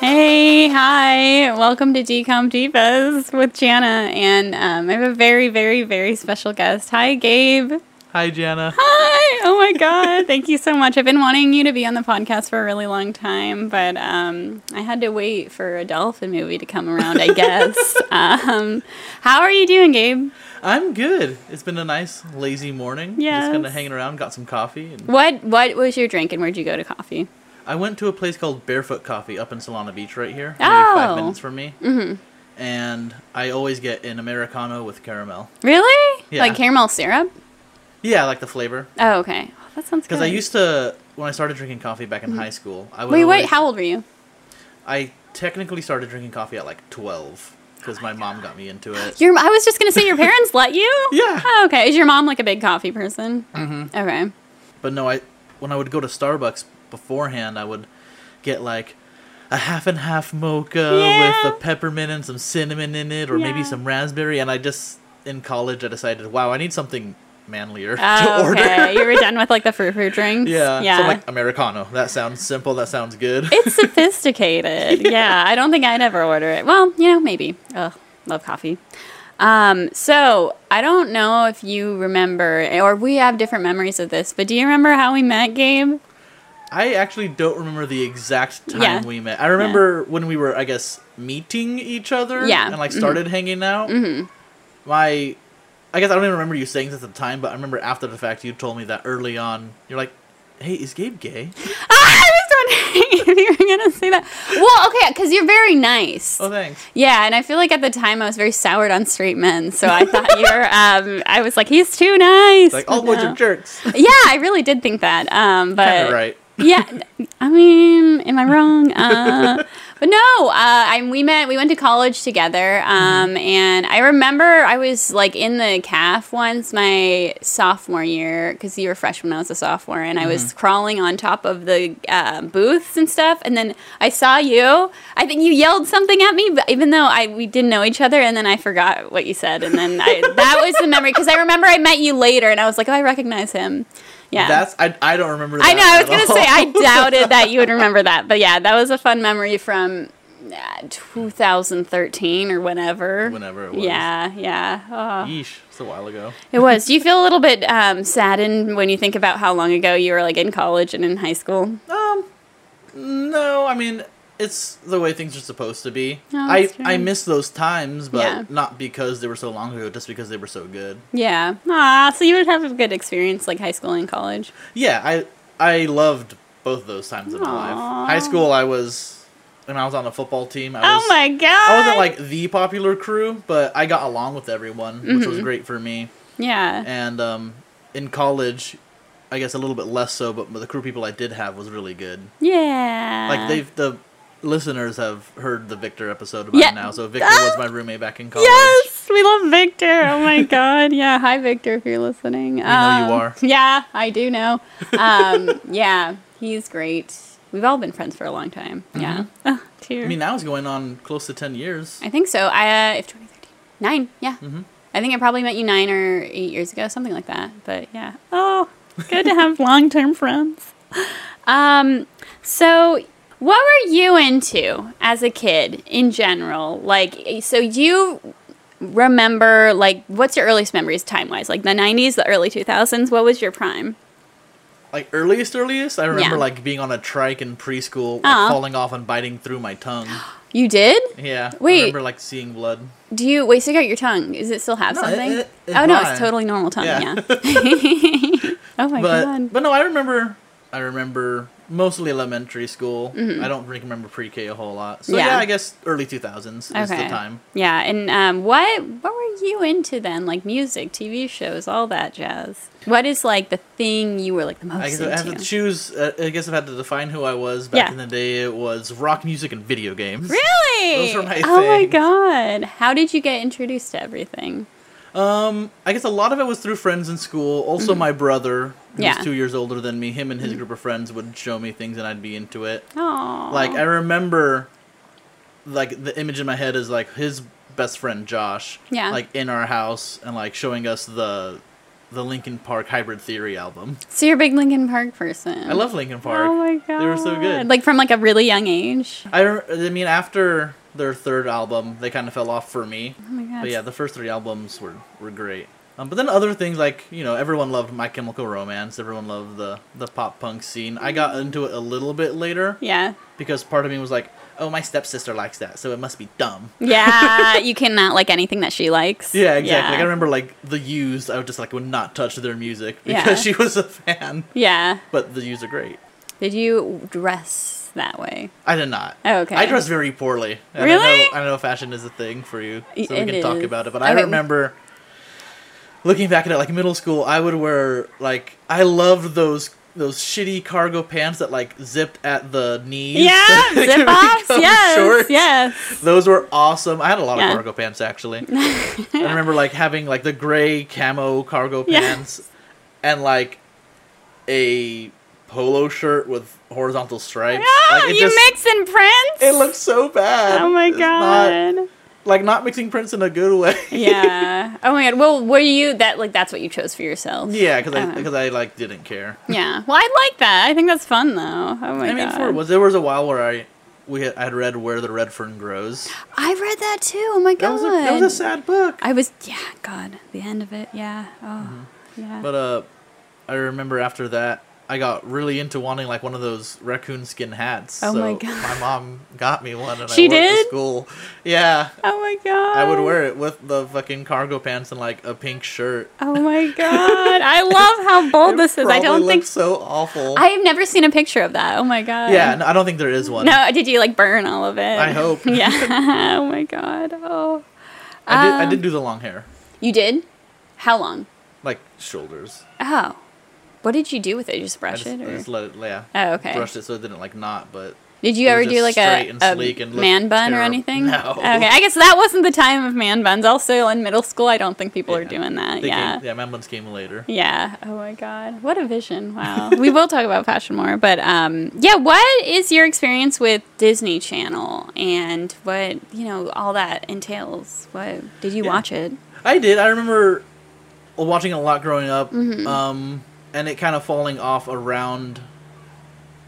Hey, hi. Welcome to Decom Divas with Jana. And um, I have a very, very, very special guest. Hi, Gabe. Hi, Jana. Hi. Oh, my God. Thank you so much. I've been wanting you to be on the podcast for a really long time, but um, I had to wait for a dolphin movie to come around, I guess. um, how are you doing, Gabe? I'm good. It's been a nice, lazy morning. Yes. Just kind of hanging around, got some coffee. And What What was your drink and where'd you go to coffee? I went to a place called Barefoot Coffee up in Solana Beach right here. maybe Oh. five minutes from me. Mm-hmm. And I always get an Americano with caramel. Really? Yeah. Like caramel syrup? Yeah, I like the flavor. Oh, okay. Oh, that sounds good. Mm-hmm. Because I used to, when I started drinking coffee back in high school, I would Wait, wait. always- How old were you? I technically started drinking coffee at like 12 because Oh my, mom got me into it. Your I was just gonna say your parents let you. Yeah. Oh, okay. Is your mom like a big coffee person? Mm-hmm. Okay. But no, I when I would go to Starbucks beforehand, I would get like a half and half mocha Yeah. with a peppermint and some cinnamon in it, or Yeah. maybe some raspberry. And I just in college, I decided, wow, I need something manlier to Oh, order. okay. you were done with like the fruit fruit drinks. yeah, Yeah. So I'm like americano. That sounds simple. That sounds good. it's sophisticated. yeah. I don't think I'd ever order it. Well, you know, maybe. Ugh, love coffee. Um, so I don't know if you remember, or we have different memories of this, but do you remember how we met, Gabe? I actually don't remember the exact time Yeah. we met. I remember when we were, I guess, meeting each other. Yeah. And like Mhm. started hanging out. Mm-hmm. My, I guess I don't even remember you saying this at the time, but I remember after the fact you told me that early on. You're like, "Hey, is Gabe gay?" I was wondering if you were gonna say that. Well, okay, because you're very nice. Oh, thanks. Yeah, and I feel like at the time I was very soured on straight men, so I thought you were. Um, I was like, he's too nice. Like all but boys no. are jerks. Yeah, I really did think that. Um, Kind but of right. yeah, I mean, am I wrong? Uh, but no, uh, I we met, we went to college together, um, and I remember I was like in the calf once my sophomore year because you were freshman, I was a sophomore, and I was crawling on top of the uh, booths and stuff, and then I saw you. I think you yelled something at me, but even though I we didn't know each other, and then I forgot what you said, and then I, that was the memory because I remember I met you later, and I was like, oh, I recognize him. Yeah, That's I. I don't remember. That I know. I was at gonna all. say I doubted that you would remember that, but yeah, that was a fun memory from uh, 2013 or whenever. Whenever it was. Yeah, yeah. Oh, Yeesh, it's a while ago. it was. Do you feel a little bit um, saddened when you think about how long ago you were like in college and in high school? Um, no, I mean it's the way things are supposed to be. No, I Oh, that's true. I miss those times, but Yeah. not because they were so long ago, just because they were so good. Yeah. Ah, so you would have a good experience like high school and college. Yeah, I I loved both those times in my Aw. life. High school, I was when I was on the football team. I was, oh my god. I wasn't like the popular crew, but I got along with everyone, which Mm-hmm. was great for me. Yeah. And um, in college, I guess a little bit less so, but the crew people I did have was really good. yeah. Like they've the listeners have heard the Victor episode about Yeah. now. So Victor was my roommate back in college. Yes, we love Victor. Oh my god, yeah. Hi, Victor, if you're listening. We know you are. Yeah, I do know. Um, yeah, he's great. We've all been friends for a long time. Yeah. Oh, dear. Mm-hmm. I mean, now it's going on close to ten years. I think so. I uh, if 2013, nine. Yeah. Mm-hmm. I think I probably met you nine or eight years ago, something like that. But yeah. Oh, good to have long term friends. Um, so what were you into as a kid in general? Like, eh, so you remember like what's your earliest memories time wise? Like the 90s, the early 2000s. What was your prime? Like earliest, earliest, I remember Yeah. Uh-huh. like being on a trike in preschool, like, Aw. falling off and biting through my tongue. You did? Yeah. Wait. I remember like seeing blood. Do you wait? Stick out your tongue. Does it still have No, it- something? it- it's oh no, it's fine. totally normal tongue. Yeah. Yeah. oh my but god. but no, I remember. I remember mostly elementary school. I don't really remember pre-K a whole lot. So Mm-hmm. Yeah. yeah, I guess early two thousands is the time. Yeah, and um, what what were you into then? Like music, TV shows, all that jazz. What is like the thing you were like the most I guess I have into? to choose. Uh, I guess I've had to define who I was back Yeah. in the day. It was rock music and video games. really? Those were my oh my things. god! How did you get introduced to everything? Um, I guess a lot of it was through friends in school. Also, my brother, who's Mm-hmm. Yeah. Mm-hmm. two years older than me, him and his group of friends would show me things, and I'd be into it. Oh, Like I remember, like the image in my head is like his best friend Josh, Yeah. like in our house and like showing us the the Linkin Park Hybrid Theory album. So you're a big Linkin Park person. I love Linkin Park. Oh my god, They were so good. Like from like a really young age. I, re- I mean, after their third album, they kind of fell off for me. Oh my god. But yeah, the first three albums were, were great. Um, but then other things like you know everyone loved My Chemical Romance, everyone loved the the pop punk scene. I got into it a little bit later yeah. because part of me was like, oh my stepsister likes that, so it must be dumb. Yeah, you cannot like anything that she likes. Yeah, exactly. Like I remember like the Used, I would just like would not touch their music because Yeah. she was a fan. Yeah. But the Used are great. Did you dress that way? I did not. Oh, okay. I dress very poorly. And I Really? know, I know fashion is a thing for you, so Y- we it can talk is. about it. But Okay. I remember looking back at it, like middle school, I would wear like I loved those those shitty cargo pants that like zipped at the knees. Yeah, They zip could offs. become Yes, shorts. yes. Those were awesome. I had a lot Yeah. of cargo pants actually. I remember like having like the gray camo cargo Yeah. pants and like a polo shirt with horizontal stripes. Oh, Like, it you just- mix in prints. it looks so bad. Oh my It's not- god. like not mixing prints in a good way. yeah. Oh my god. Well, were you that like that's what you chose for yourself? yeah, because I Uh-huh. because I like didn't care. Yeah. Well, I like that. I think that's fun though. Oh my I mean, god. for was there was a while where I we had, I had read Where the Red Fern Grows. I read that too. Oh my That god. was a, that was a sad book. I was yeah. God, the end of it. Yeah. Oh. Yeah. But uh, I remember after that I got really into wanting like one of those raccoon skin hats. Oh my so God. My mom got me one, and She I wore it did? to school. Yeah. oh my god. I would wear it with the fucking cargo pants and like a pink shirt. Oh my god. I love how bold this is. I Probably don't think looked so awful. I've never seen a picture of that. Oh my god. yeah, no, I don't think there is one. No, did you like burn all of it? I hope. yeah. oh my god. Oh. I did, I Um, did do the long hair, You did? How long? like shoulders. Oh. What did you do with it? You just I brush just, I it? Or? just let it, yeah. Oh, okay. Brushed it so it didn't like knot, but Did you It was ever just do like straight a, and a sleek and looked man bun or terrib- anything? No. Okay, I guess that wasn't the time of man buns. Also, in middle school, I don't think people are yeah. doing that. They yeah. came, yeah. My buns came later. Yeah. Oh my God. What a vision. Wow. we will talk about fashion more, but um, yeah. What is your experience with Disney Channel and what you know all that entails? What did you Yeah. watch it? I did. I remember watching a lot growing up, Mm-hmm. um, and it kind of falling off around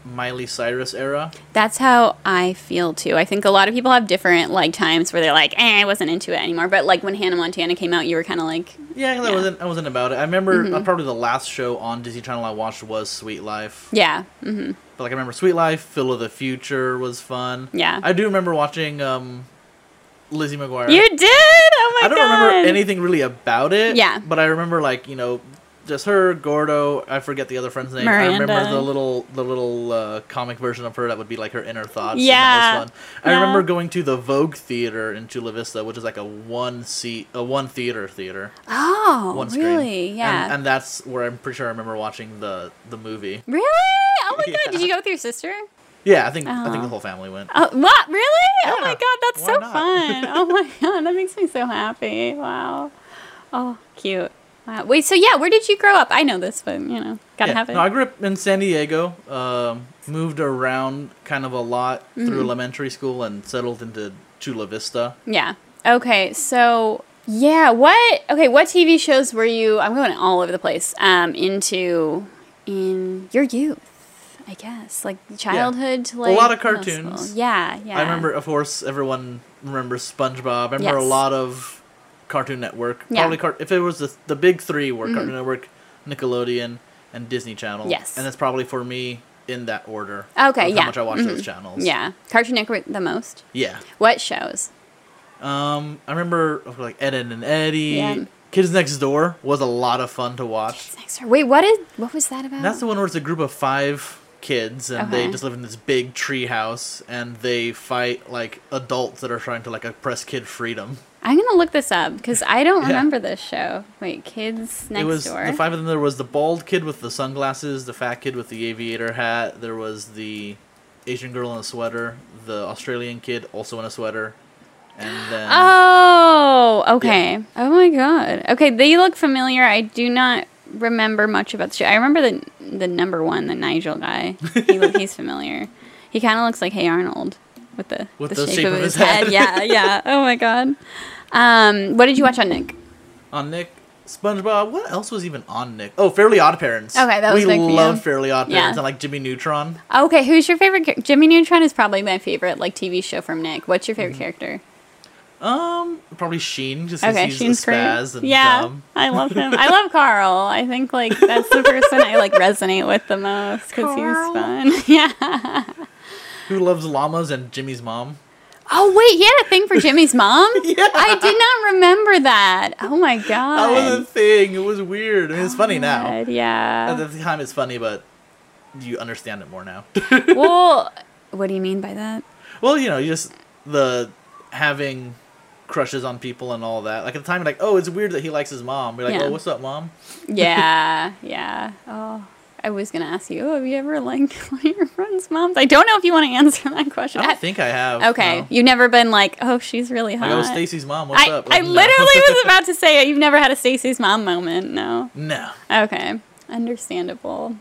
Miley Cyrus era. That's how I feel too. I think a lot of people have different like times where they're like, eh, I wasn't into it anymore. But like when Hannah Montana came out, you were kind of like, Yeah. Yeah, 'cause Mm-hmm. I wasn't. I wasn't about it. I remember uh, probably the last show on Disney Channel I watched was Sweet Life. yeah, hmm But like I remember Sweet Life, Phil of the Future was fun. yeah. I do remember watching um, Lizzie McGuire. you did. Oh my I god. don't remember anything really about it. Yeah. But I remember like you know, just her, Gordo. I forget the other friend's name. I remember Miranda. the little the little uh, comic version of her that would be like her inner thoughts. and Yeah. that was fun. I Yeah. remember going to the Vogue Theater in Chula Vista, which is like a one seat, a one theater theater, Oh, one screen. really? And- Yeah. And, that's where I'm pretty sure I remember watching the the movie. really? Oh my god. Yeah. Did you go with your sister? Yeah, I think I think Oh. the whole family went. Oh, what? Really? Oh my Yeah, god, that's why so not? fun. Oh my god, that makes me so happy. Wow. Oh, cute. Wow. Wait, so yeah, where did you grow up? I know this, but you know, gotta Yeah. have it. No, I grew up in San Diego. Um, moved around kind of a lot Mm-hmm. through elementary school and settled into Chula Vista. yeah. Okay, so yeah, what okay, what TV shows were you I'm going all over the place, um, into in your youth, I guess. Like childhood to like lot of middle school. cartoons. Yeah, yeah. I remember, of course, everyone remembers SpongeBob. I remember a Yes. lot of Cartoon Network. Yeah. Mm-hmm. Probably car- if it was the, the big three were Cartoon Network, Nickelodeon, and Disney Channel. Yes. and that's probably for me in that order. Okay, of yeah. How much I watch those Mhm. channels. Yeah. Cartoon Network the most. Yeah. What shows? Um, I remember like Ed, Ed and Eddie. Yeah. Kids Next Door was a lot of fun to watch. It's next door. Wait, what is what was that about? That's the one where it's a group of five kids and Okay. they just live in this big tree house and they fight like adults that are trying to like oppress kid freedom. I'm gonna look this up because I don't Yeah. remember this show. Wait, Kids Next it was Door. the five of them there was the bald kid with the sunglasses, the fat kid with the aviator hat, there was the Asian girl in a sweater, the Australian kid also in a sweater, and then Uh-huh. oh, okay. Oh my god. Okay, they look familiar. I do not remember much about the show. I remember the the number one, the Nigel guy. He look, he's familiar. He kind of looks like Hey Arnold with the With the shape of his head. Yeah, yeah. Oh my god. Um, what did you watch on Nick? on Nick SpongeBob. What else was even on Nick? Oh, Fairly Odd Parents. Okay, that was we big for love you. Fairly Odd Yeah. Parents and like Jimmy Neutron. Okay, who's your favorite? char- Jimmy Neutron is probably my favorite like TV show from Nick. What's your Mm-hmm. favorite character? Um, probably Sheen just because Okay, he's Sheen's a great. spaz and yeah, dumb. I love him. I love Carl. I think like that's the person I like resonate with the most because he was Carl. fun. Yeah. Who loves llamas and Jimmy's mom? Oh wait, he had a thing for Jimmy's mom. Yeah. I did not remember that. Oh my That god. was a thing. It was weird. I mean, it's funny now. God, Yeah. At the time, it's funny, but you understand it more now. well, what do you mean by that? well, you know, you just the having crushes on people and all that. Like at the time, you're like, oh, it's weird that he likes his mom. We're like, Yeah. oh, what's up, mom? Yeah, yeah. Oh, I was gonna ask you. Oh, have you ever like your friend's moms? I don't know if you want to answer that question. I I- don't think I have. okay, no. you've never been like, oh, she's really hot. Like, oh, Stacy's mom, what's I, up? I Like, no. literally was about to say uh, you've never had a Stacy's mom moment. No. no. Okay, understandable.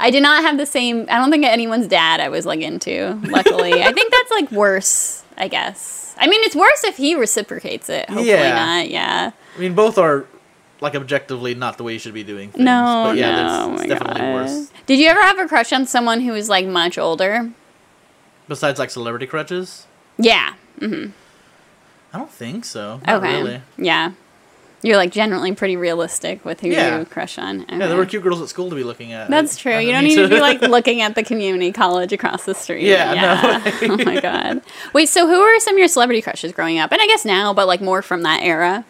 I did not have the same. I don't think anyone's dad I was like into. Luckily, I think that's like worse. I guess. I mean, it's worse if he reciprocates it. Hopefully Yeah. not. Yeah. I mean, both are like objectively not the way you should be doing things. No, but yeah, no, that's, oh it's my definitely God. worse. Did you ever have a crush on someone who was like much older? Besides, like celebrity crutches, Yeah. I don't think so. Not Okay. really. Yeah. You're like generally pretty realistic with who Yeah. you crush on. Okay. Yeah, there were cute girls at school to be looking at. That's I- true. I You don't need to need be like looking at the community college across the street. Yeah, no oh my god. Wait, so who were some of your celebrity crushes growing up? And I guess now, but like more from that era.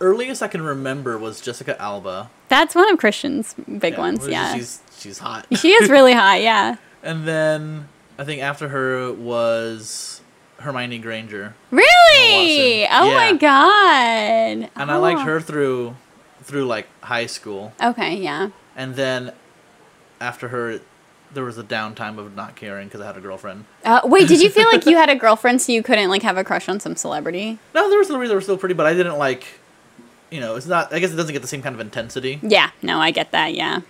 Earliest I can remember was Jessica Alba. That's one of Christian's big ones. which is- Yeah. she's she's hot. she is really hot. Yeah. and then I think after her was Hermione Granger, Really? Emma Watson. Oh my god. and I liked Oh. her through through like high school, Okay. Yeah. and then after her. There was a downtime of not caring because I had a girlfriend. Uh, wait, did you feel like you had a girlfriend so you couldn't like have a crush on some celebrity? No, there were still they were still pretty, but I didn't like. You know, it's not. I guess it doesn't get the same kind of intensity. Yeah, no, I get that. Yeah.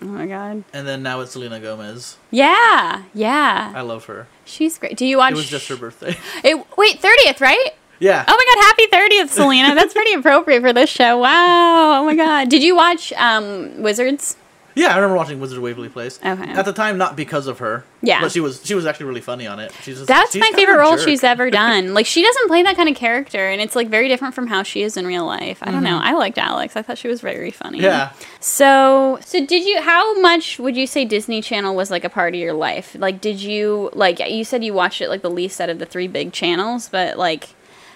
Oh my god. And then now it's Selena Gomez. Yeah, yeah. I love her. She's great. Do you watch? Uh, It was just her birthday. It, wait, thirtieth, right? yeah. Oh my god, happy thirtieth, Selena. That's pretty appropriate for this show. Wow. Oh my god. Did you watch um, Wizards? Yeah, I remember watching Wizard of Waverly Place. Okay. At the time, not because of her. Yeah. But she was she was actually really funny on it. She's just, That's she's my kind of favorite a role jerk. she's ever done. Like she doesn't play that kind of character, and it's like very different from how she is in real life. I don't know. I liked Alex. I thought she was very funny. Yeah. So, so did you? How much would you say Disney Channel was like a part of your life? Like, did you like you said you watched it like the least out of the three big channels, but like,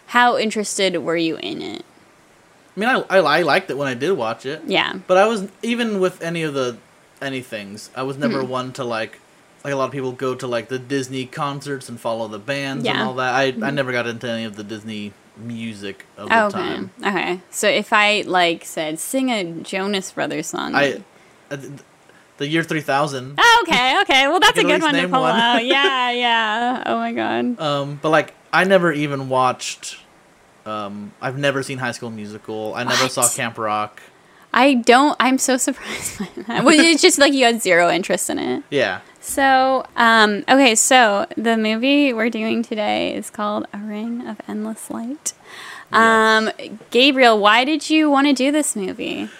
how interested were you in it? I mean, I, I I liked it when I did watch it. Yeah. But I was even with any of the any things, I was Hmm. never one to like like a lot of people go to like the Disney concerts and follow the bands and Yeah. Hmm. all that. I I never got into any of the Disney music of the Oh, okay. time. Okay. So if I like said sing a Jonas Brothers song, I I did- the year three thousand. Oh, okay. Okay. Well, that's a You can at good one least to name pull one. out. Yeah. Yeah. Oh my god. Um, but like I never even watched. Um, I've never seen High School Musical. I never What? saw Camp Rock. I don't. I'm so surprised by that. Well, it's just like you had zero interest in it. Yeah. So, um, okay, so the movie we're doing today is called A Ring of Endless Light. Um, Gabriel, why did you want to do this movie?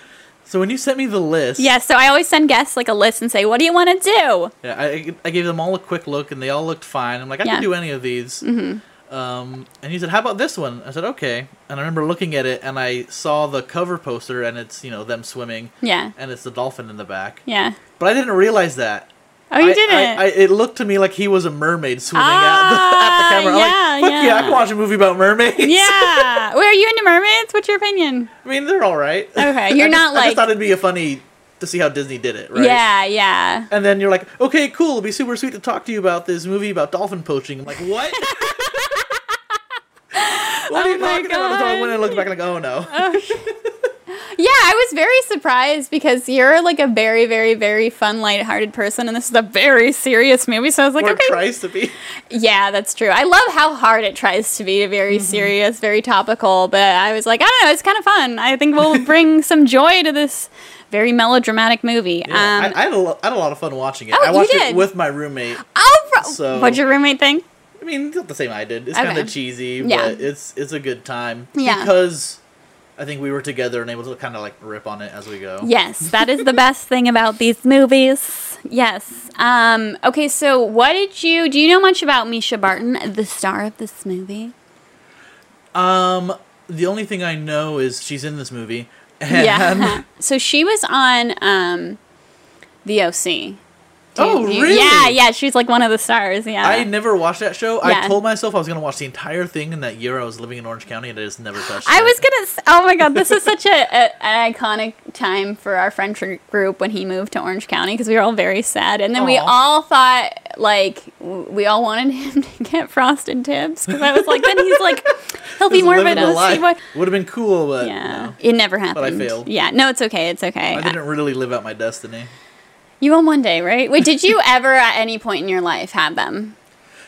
So when you sent me the list, Yeah, so I always send guests like a list and say, "What do you want to do?" yeah, I, I gave them all a quick look and they all looked fine. I'm like, I Yeah. Mm-hmm. can do any of these. Um, and you said, how about this one? I said, okay. And I remember looking at it and I saw the cover poster and it's you know them swimming Yeah, and it's the dolphin in the back. yeah. But I didn't realize that. Oh, you I- didn't. I, I, it looked to me like he was a mermaid swimming Ah, at, the, at the camera. I'm like, yeah, fuck yeah, I yeah. can watch a movie about mermaids. yeah. Wait, are you into mermaids? What's your opinion? I mean, they're all right. Okay, you're I just- not I like- just thought it'd be a funny to see how Disney did it, right? Yeah, yeah. And then you're like, okay, cool. It'll be super sweet to talk to you about this movie about dolphin poaching. I'm like, what? what are Oh you my talking about? So I God. went and looked back, like, oh no. Yeah, I was very surprised because you're like a very, very, very fun, lighthearted person, and this is a very serious movie. So I was like, or it okay, tries to be. Yeah, that's true. I love how hard it tries to be very Mm-hmm. serious, very topical, but I was like, I don't know, it's kind of fun. I think we'll bring some joy to this very melodramatic movie. Yeah, I- um, I, had a lo- I had a lot of fun watching it. Oh, I you watched did? it with my roommate. oh, bro- so- what'd your roommate think? I mean, it's not the same I did. It's Okay. kind of cheesy, Yeah. but it's it's a good time. Yeah. Because I think we were together and able to kind of like rip on it as we go. Yes, that is the best thing about these movies. Yes. Um, okay, so what did you do you know much about Misha Barton, the star of this movie? Um, the only thing I know is she's in this movie. And Yeah. so she was on um, the OC. Do Oh, do really? Yeah, yeah, she's like one of the stars. Yeah. I never watched that show. I Yeah. told myself I was gonna watch the entire thing in that year I was living in Orange County, and I just never touched. I it. was gonna. s- Oh my god, this is such a, a an iconic time for our friend tr- group when he moved to Orange County because we were all very sad, and then we Aw. all thought like w- we all wanted him to get frosted tips because I was like, then he's like, he'll be Just more of living an the OC life. boy. Would have been cool, but Yeah, no. it never happened. failed. Yeah, no, it's okay. It's okay. I didn't really live out my destiny. You won one day, right? Wait, did you ever at any point in your life have them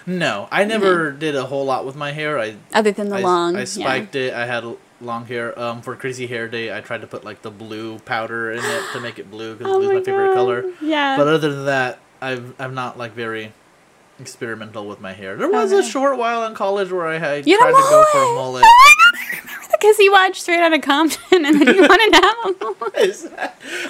No, I never did a whole lot with my hair. I other than Mm-hmm. the I, long? I yeah. spiked it. I had l- long hair. Um, for Crazy Hair Day, I tried to put like the blue powder in it to make it blue because Oh blue's my, favorite God. color. Yeah. But other than that, I've I'm not like very experimental with my hair. There was a Okay. short while in college where I had You had tried a to go for a mullet. Oh, mullet. because he watched Straight Outta Compton, and then you wanted to have them.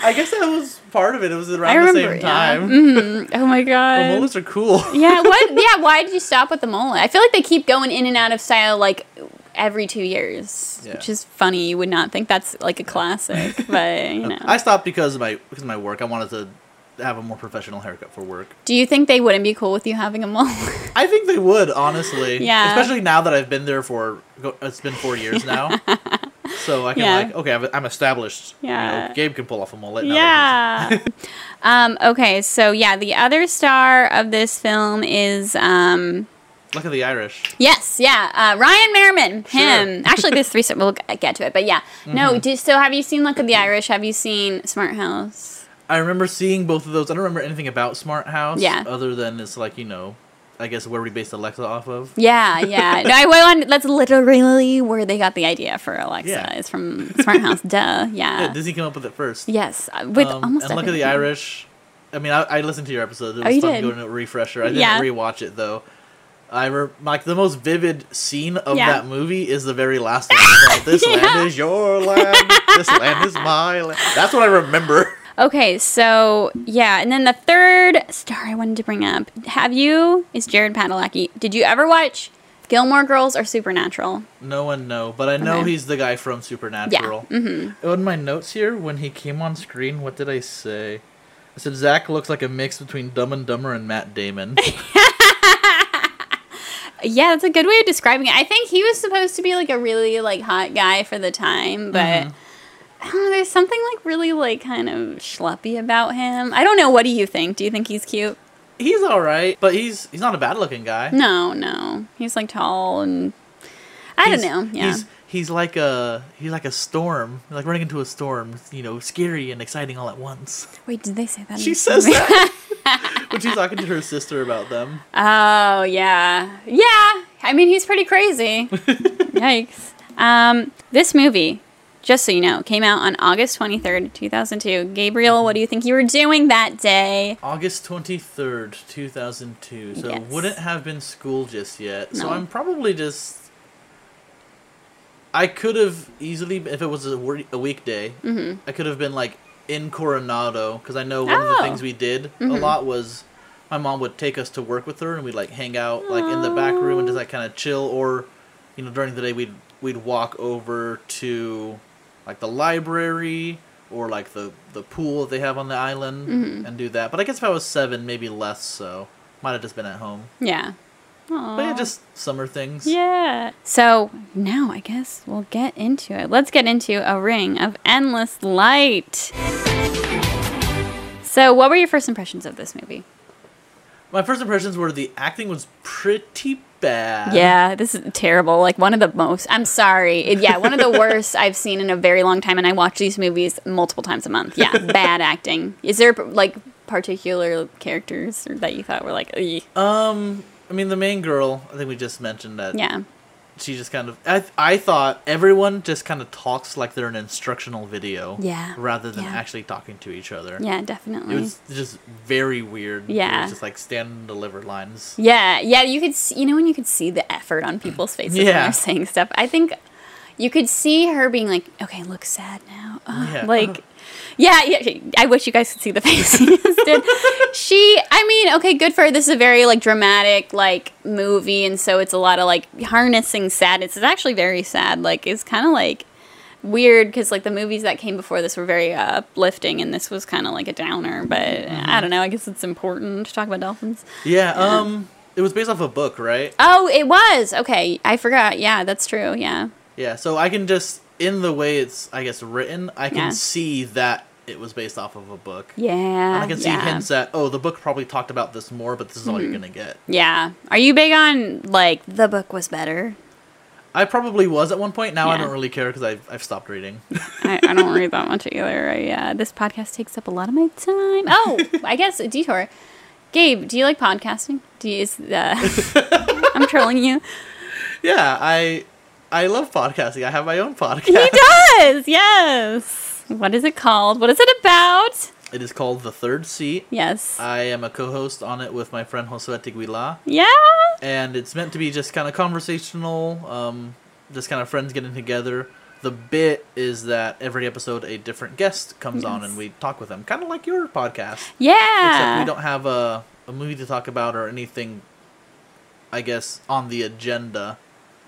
I guess that was part of it. It was around I the remember. same yeah. time. Mhm. Oh my Well, god. mullets are cool. yeah. What? Yeah. Why did you stop with the mullet? I feel like they keep going in and out of style like every two years, Yeah. which is funny. You would not think that's like a classic, but you know. I stopped because of my because of my work. I wanted to have a more professional haircut for work. Do you think they wouldn't be cool with you having a mullet? I think they would, honestly. Yeah. Especially now that I've been there for go- it's been four years now, so I can Yeah. like okay, I've, I'm established. You know, Yeah. Gabe can pull off a mullet. now that he's- yeah. um, okay. So yeah, the other star of this film is. Um, Look at the Irish. Yes, yeah. Uh, Ryan Merriman, Sure. Mm-hmm. him. Actually, there's three. We'll g- get to it, but yeah. No, do, so have you seen Luck of the Irish? Have you seen Smart House? I remember seeing both of those. I don't remember anything about Smart House. Yeah. Other than it's like you know, I guess where we based Alexa off of. Yeah, yeah. No, I went on. That's literally where they got the idea for Alexa. Yeah. Is from Smart House. Duh. Yeah, Yeah. Disney came up with it first. yes. uh, With Um, almost. and look at everything. the Oh, Irish. I mean, I, I listened to your episode. It was you fun did? doing a refresher. I didn't Yeah. rewatch it though. I re- like the most vivid scene of Yeah. that movie is the very last one. It's like, this Yeah. land is your land. this land is my land. That's what I remember. Okay, so yeah, and then the third star I wanted to bring up. Have you? Is Jared Padalecki? Did you ever watch Gilmore Girls or Supernatural? No one know, but I know Okay. he's the guy from Supernatural. Yeah. Mm-hmm. On my notes here, when he came on screen, what did I say? I said Zach looks like a mix between Dumb and Dumber and Matt Damon. Yeah, that's a good way of describing it. I think he was supposed to be like a really like hot guy for the time, but. Mm-hmm. I don't know, there's something like really like kind of schleppy about him. I don't know. What do you think? Do you think he's cute? he's all right, but he's he's not a bad looking guy. No, no. He's like tall and I don't He's- know. Yeah. He's he's like a he's like a storm, like running into a storm. You know, scary and exciting all at once. Wait, did they say that? in She this says movie? that when she's talking to her sister about them. Oh yeah, yeah. I mean, he's pretty crazy. Yikes. Um, this movie, just so you know, came out on August twenty third, two thousand two. Gabriel, what do you think you were doing that day? August twenty third, two thousand two. So Yes. wouldn't have been school just yet. So No. I'm probably just. I could have easily, if it was a, wor- a weekday, Mm-hmm. I could have been like in Coronado because I know one of the Oh. things we did a lot was my mom would take us to work with her and we'd like hang out like in the back room and just like kind of chill or you know during the day we'd we'd walk over to like the library or like the the pool that they have on the island Mm-hmm. and do that but i guess if i was seven maybe less so might have just been at home Yeah. but yeah Aw. just summer things Yeah. So now I guess we'll get into it. Let's get into a ring of endless light. So, what were your first impressions of this movie? my first impressions were the acting was pretty bad Yeah, this is terrible. Like one of the most. I'm sorry. It- yeah, one of the worst I've seen in a very long time, and I watch these movies multiple times a month. Yeah, bad acting. Is there like particular characters that you thought were like, "Ugh." um i mean the main girl i think we just mentioned that yeah, she just kind of I, I thought everyone just kind of talks like they're an instructional video Yeah. rather than Yeah. actually talking to each other yeah, it definitely. was just very weird it Yeah. was just like stand and deliver lines Yeah, yeah, you could see, you know when you could see the effort on people's faces when Yeah. they're saying stuff. I think you could see her being like, okay, look sad now. Ugh, Yeah. Uh-huh. Like, yeah, yeah. I wish you guys could see the face she just did. She, I mean, okay, good for her. This is a very like dramatic like movie, and so it's a lot of like harnessing sadness. It's actually very sad. Like, it's kind of like weird because like the movies that came before this were very uh, uplifting, and this was kind of like a downer. But I don't know. I guess it's important to talk about dolphins. Yeah, um, it was based off a book, right? Oh, it was okay. I forgot. Yeah, that's true. Yeah. Yeah, so I can just in the way it's I guess written, I can Yeah. see that it was based off of a book. Yeah. And I can see yeah. Mm-hmm. hints that oh, the book probably talked about this more, but this is all you're gonna get. Yeah. Are you big on like the book was better? I probably was at one point. Now I Yeah. don't really care because I've I've stopped reading. I, I don't read that much either. I, uh, this podcast takes up a lot of my time. Oh, I guess a detour. Gabe, do you like podcasting? Do you, is, uh, I'm trolling you. yeah, I I love podcasting. I have my own He podcast. does. Yes. What is it called? What is it about? It is called The Third Seat. Yes. I am a co-host on it with my friend Josue Tiguila, yeah. and it's meant to be just kind of conversational, um, just kind of friends getting together. The bit is that every episode a different guest comes on Yes. and we talk with them, kind of like your podcast, except Yeah. we don't have a a movie to talk about or anything. I guess on the agenda.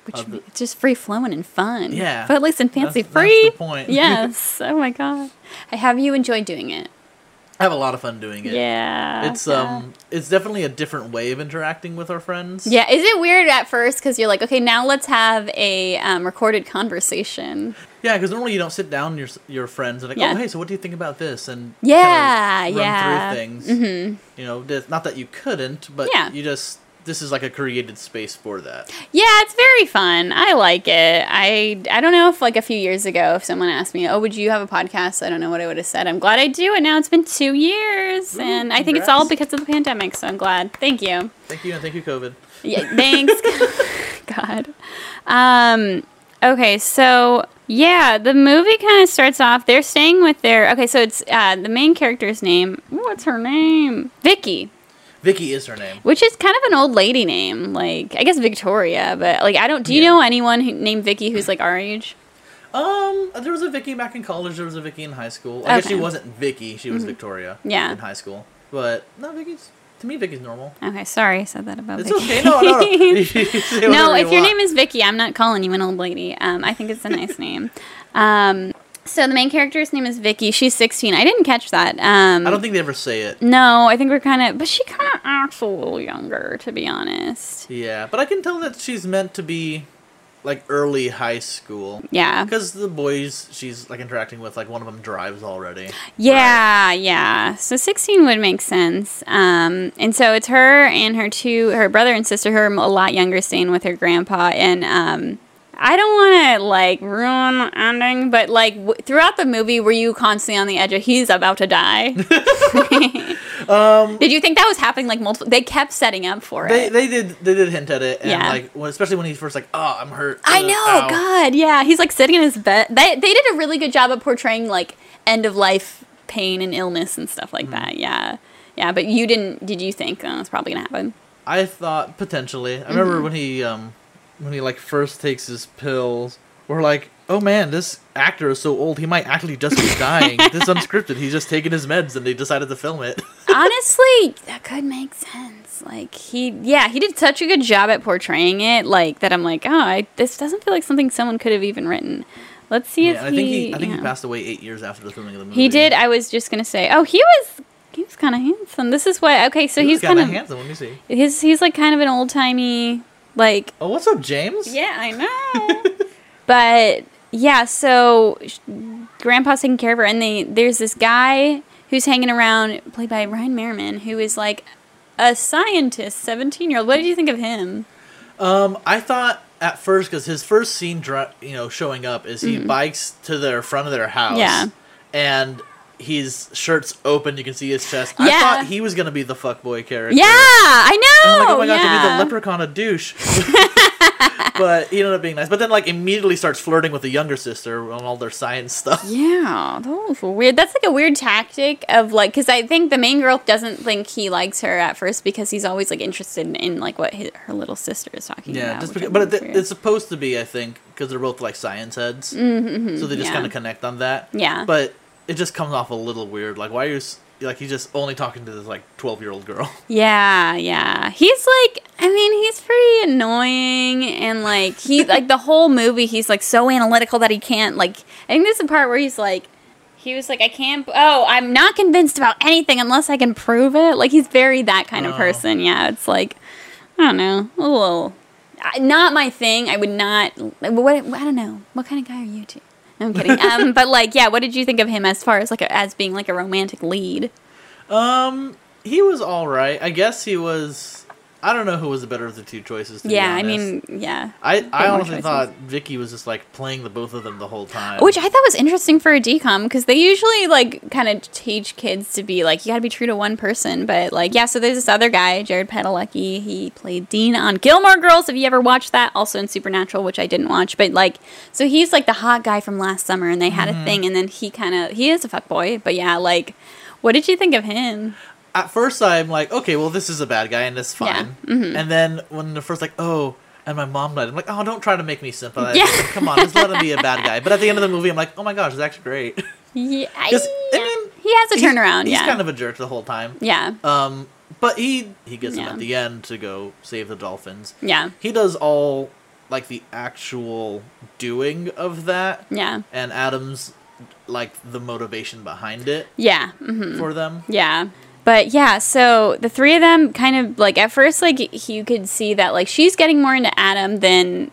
Which of the- it's just free flowing and fun. Yeah. Footloose and fancy That's- that's free. the point. yes. Oh my god. Have you enjoyed doing it? I have a lot of fun doing it. Yeah. it's yeah. um, it's definitely a different way of interacting with our friends. Yeah, is it weird at first because you're like, okay, now let's have a um, recorded conversation? Yeah, because normally you don't sit down with your s- your friends and like, Yeah. oh hey, so what do you think about this? And Yeah, kinda yeah. Mm-hmm. run through things. You know, th- not that you couldn't, but Yeah. you just this is like a created space for that. Yeah, it's very fun. I like it. I I don't know if like a few years ago, if someone asked me, oh, would you have a podcast? I don't know what I would have said. I'm glad I do, and now it's been two years, Ooh, and I think it's congrats. all because of the pandemic. So I'm glad. Thank you. Thank you and thank you, COVID. Yeah, thanks. God. Um, okay, so yeah, the movie kind of starts off. They're staying with their okay. So it's uh, the main character's name. What's her name? Vicky, Vicky is her name. which is kind of an old lady name. Like I guess Victoria, but like I don't. Do you Yeah. know anyone who, named Vicky who's like our age? Um, there was a Vicky back in college. There was a Vicky in high school. I guess she Okay. Mm-hmm. wasn't Vicky. She was Victoria. Yeah. In high school, but no, Vicky's to me Vicky's normal. Okay, sorry, I said that about. It's Oh, Vicky. okay. No, no, no. You say no, whatever you if your want. name is Vicky, I'm not calling you an old lady. Um, I think it's a nice name. Um, so the main character's name is Vicky. She's 16. I didn't catch that. Um, I don't think they ever say it. no, I think we're kind of, but she kind of acts a little younger, to be honest. Yeah, but I can tell that she's meant to be like early high school. Yeah, Because the boys she's like interacting with, like one of them drives already. yeah, yeah. So 16 would make sense. Um, and so it's her and her two, her brother and sister, who are a lot younger, staying with her grandpa, and um. I don't want to like ruin the ending, but like w- throughout the movie, were you constantly on the edge of he's about to die? Um, Did you think that was happening like multiple? They kept setting up for they it. they did they did hint at it, and Yeah. like when, especially when he's first like, oh, I'm hurt. I uh, know, ow." God, yeah. He's like sitting in his bed. They they did a really good job of portraying like end of life pain and illness and stuff Mm-hmm. like that. Yeah, yeah. But you didn't? Did you think oh, it's probably gonna happen? I thought potentially. I remember Mm-hmm. when he um when he like first takes his pills, we're like, oh man, this actor is so old, he might actually just be dying. this is unscripted. He's just taking his meds, and they decided to film it. Honestly, that could make sense. Like he, yeah, he did such a good job at portraying it. Like that, I'm like, oh, I, this doesn't feel like something someone could have even written. Let's see if yeah, and I think he. he I think yeah. he passed away eight years after the filming of the movie. He did. I was just gonna say. Oh, he was. He was kind of handsome. This is what. Okay, so He he's was kind kinda of. handsome. Let me see. He's he's like kind of an old timey like Oh, what's up, James? yeah I know. but yeah, so sh- Grandpa's taking care of her, and they there's this guy who's hanging around, played by Ryan Merriman, who is like a scientist, seventeen year old. What did you think of him? Um, I thought at first because his first scene, dri- you know, showing up is he bikes to their front of their house. Mm-hmm. Yeah. And his shirt's open. You can see his chest. I Yeah. thought he was gonna be the fuckboy character. Yeah, I know. I'm like, oh my god, to be yeah. the leprechaun a douche. but he ended up being nice. But then like immediately starts flirting with the younger sister on all their science stuff. Yeah, those were weird. That's like a weird tactic of like, because I think the main girl doesn't think he likes her at first because he's always like interested in, in like what his, her little sister is talking Yeah, about. just which I because, but think it, is weird. it's supposed to be, I think, because they're both like science heads, so they just Mm-hmm, yeah. kind of connect on that. Yeah. but it just comes off a little weird. Like, why are you s- like he's just only talking to this like twelve year old girl? Yeah, yeah. He's like, I mean, he's pretty annoying, and like he like the whole movie, he's like so analytical that he can't like. I think this is the part where he's like, he was like, I can't. Oh, I'm not convinced about anything unless I can prove it. Like he's very that kind of Oh. person. Yeah, it's like, I don't know, a little, I- not my thing. I would not. What I don't know. What kind of guy are you two? No, I'm kidding. um, but like, yeah. What did you think of him as far as like a, as being like a romantic lead? Um, he was all right. I guess he was. I don't know who was the better of the two choices. To be yeah, I honest. mean, yeah. I, I more honestly choices. thought Vicky was just like playing the both of them the whole time. Which I thought was interesting for a decom because they usually like kind of teach kids to be like you got to be true to one person, but like yeah. So there's this other guy, Jared Padalecki. He played Dean on Gilmore Girls. Have you ever watched that? Also in Supernatural, which I didn't watch, but like so he's like the hot guy from last summer, and they had Mm-hmm. a thing, and then he kind of he is a fuck boy, but yeah, like what did you think of him? at first I'm like, okay, well this is a bad guy and that's fine. mm-hmm. And then when the first like, oh, and my mom died, I'm like, oh, don't try to make me sympathize. Yeah. Come on, just let him be a bad guy. But at the end of the movie, I'm like, oh my gosh, it's actually great. Yeah, I, Just- I mean, he has a He's- turnaround. He's, yeah, kind of a jerk the whole time. yeah, Um, but he he gets him Yeah. at the end to go save the dolphins. yeah, He does all like the actual doing of that, yeah, and Adam's like the motivation behind it yeah. hmm for them. Yeah. But yeah, so the three of them kind of like at first like he- you could see that like she's getting more into Adam than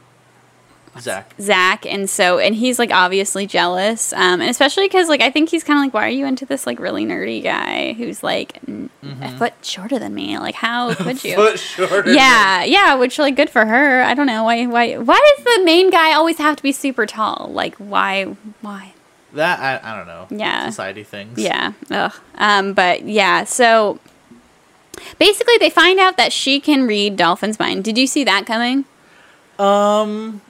Zach. Zach and so and he's like obviously jealous. Um and especially cuz like I think he's kind of like why are you into this like really nerdy guy who's like n- a foot shorter than me? Like how could you? Mm-hmm. Foot shorter. yeah, yeah, which like good for her. I don't know why why why does the main guy always have to be super tall? Like why why? That I, I don't know. Yeah. Society things. Yeah. Ugh. Um, but yeah, so basically they find out that she can read Dolphin's mind. Did you see that coming? Um,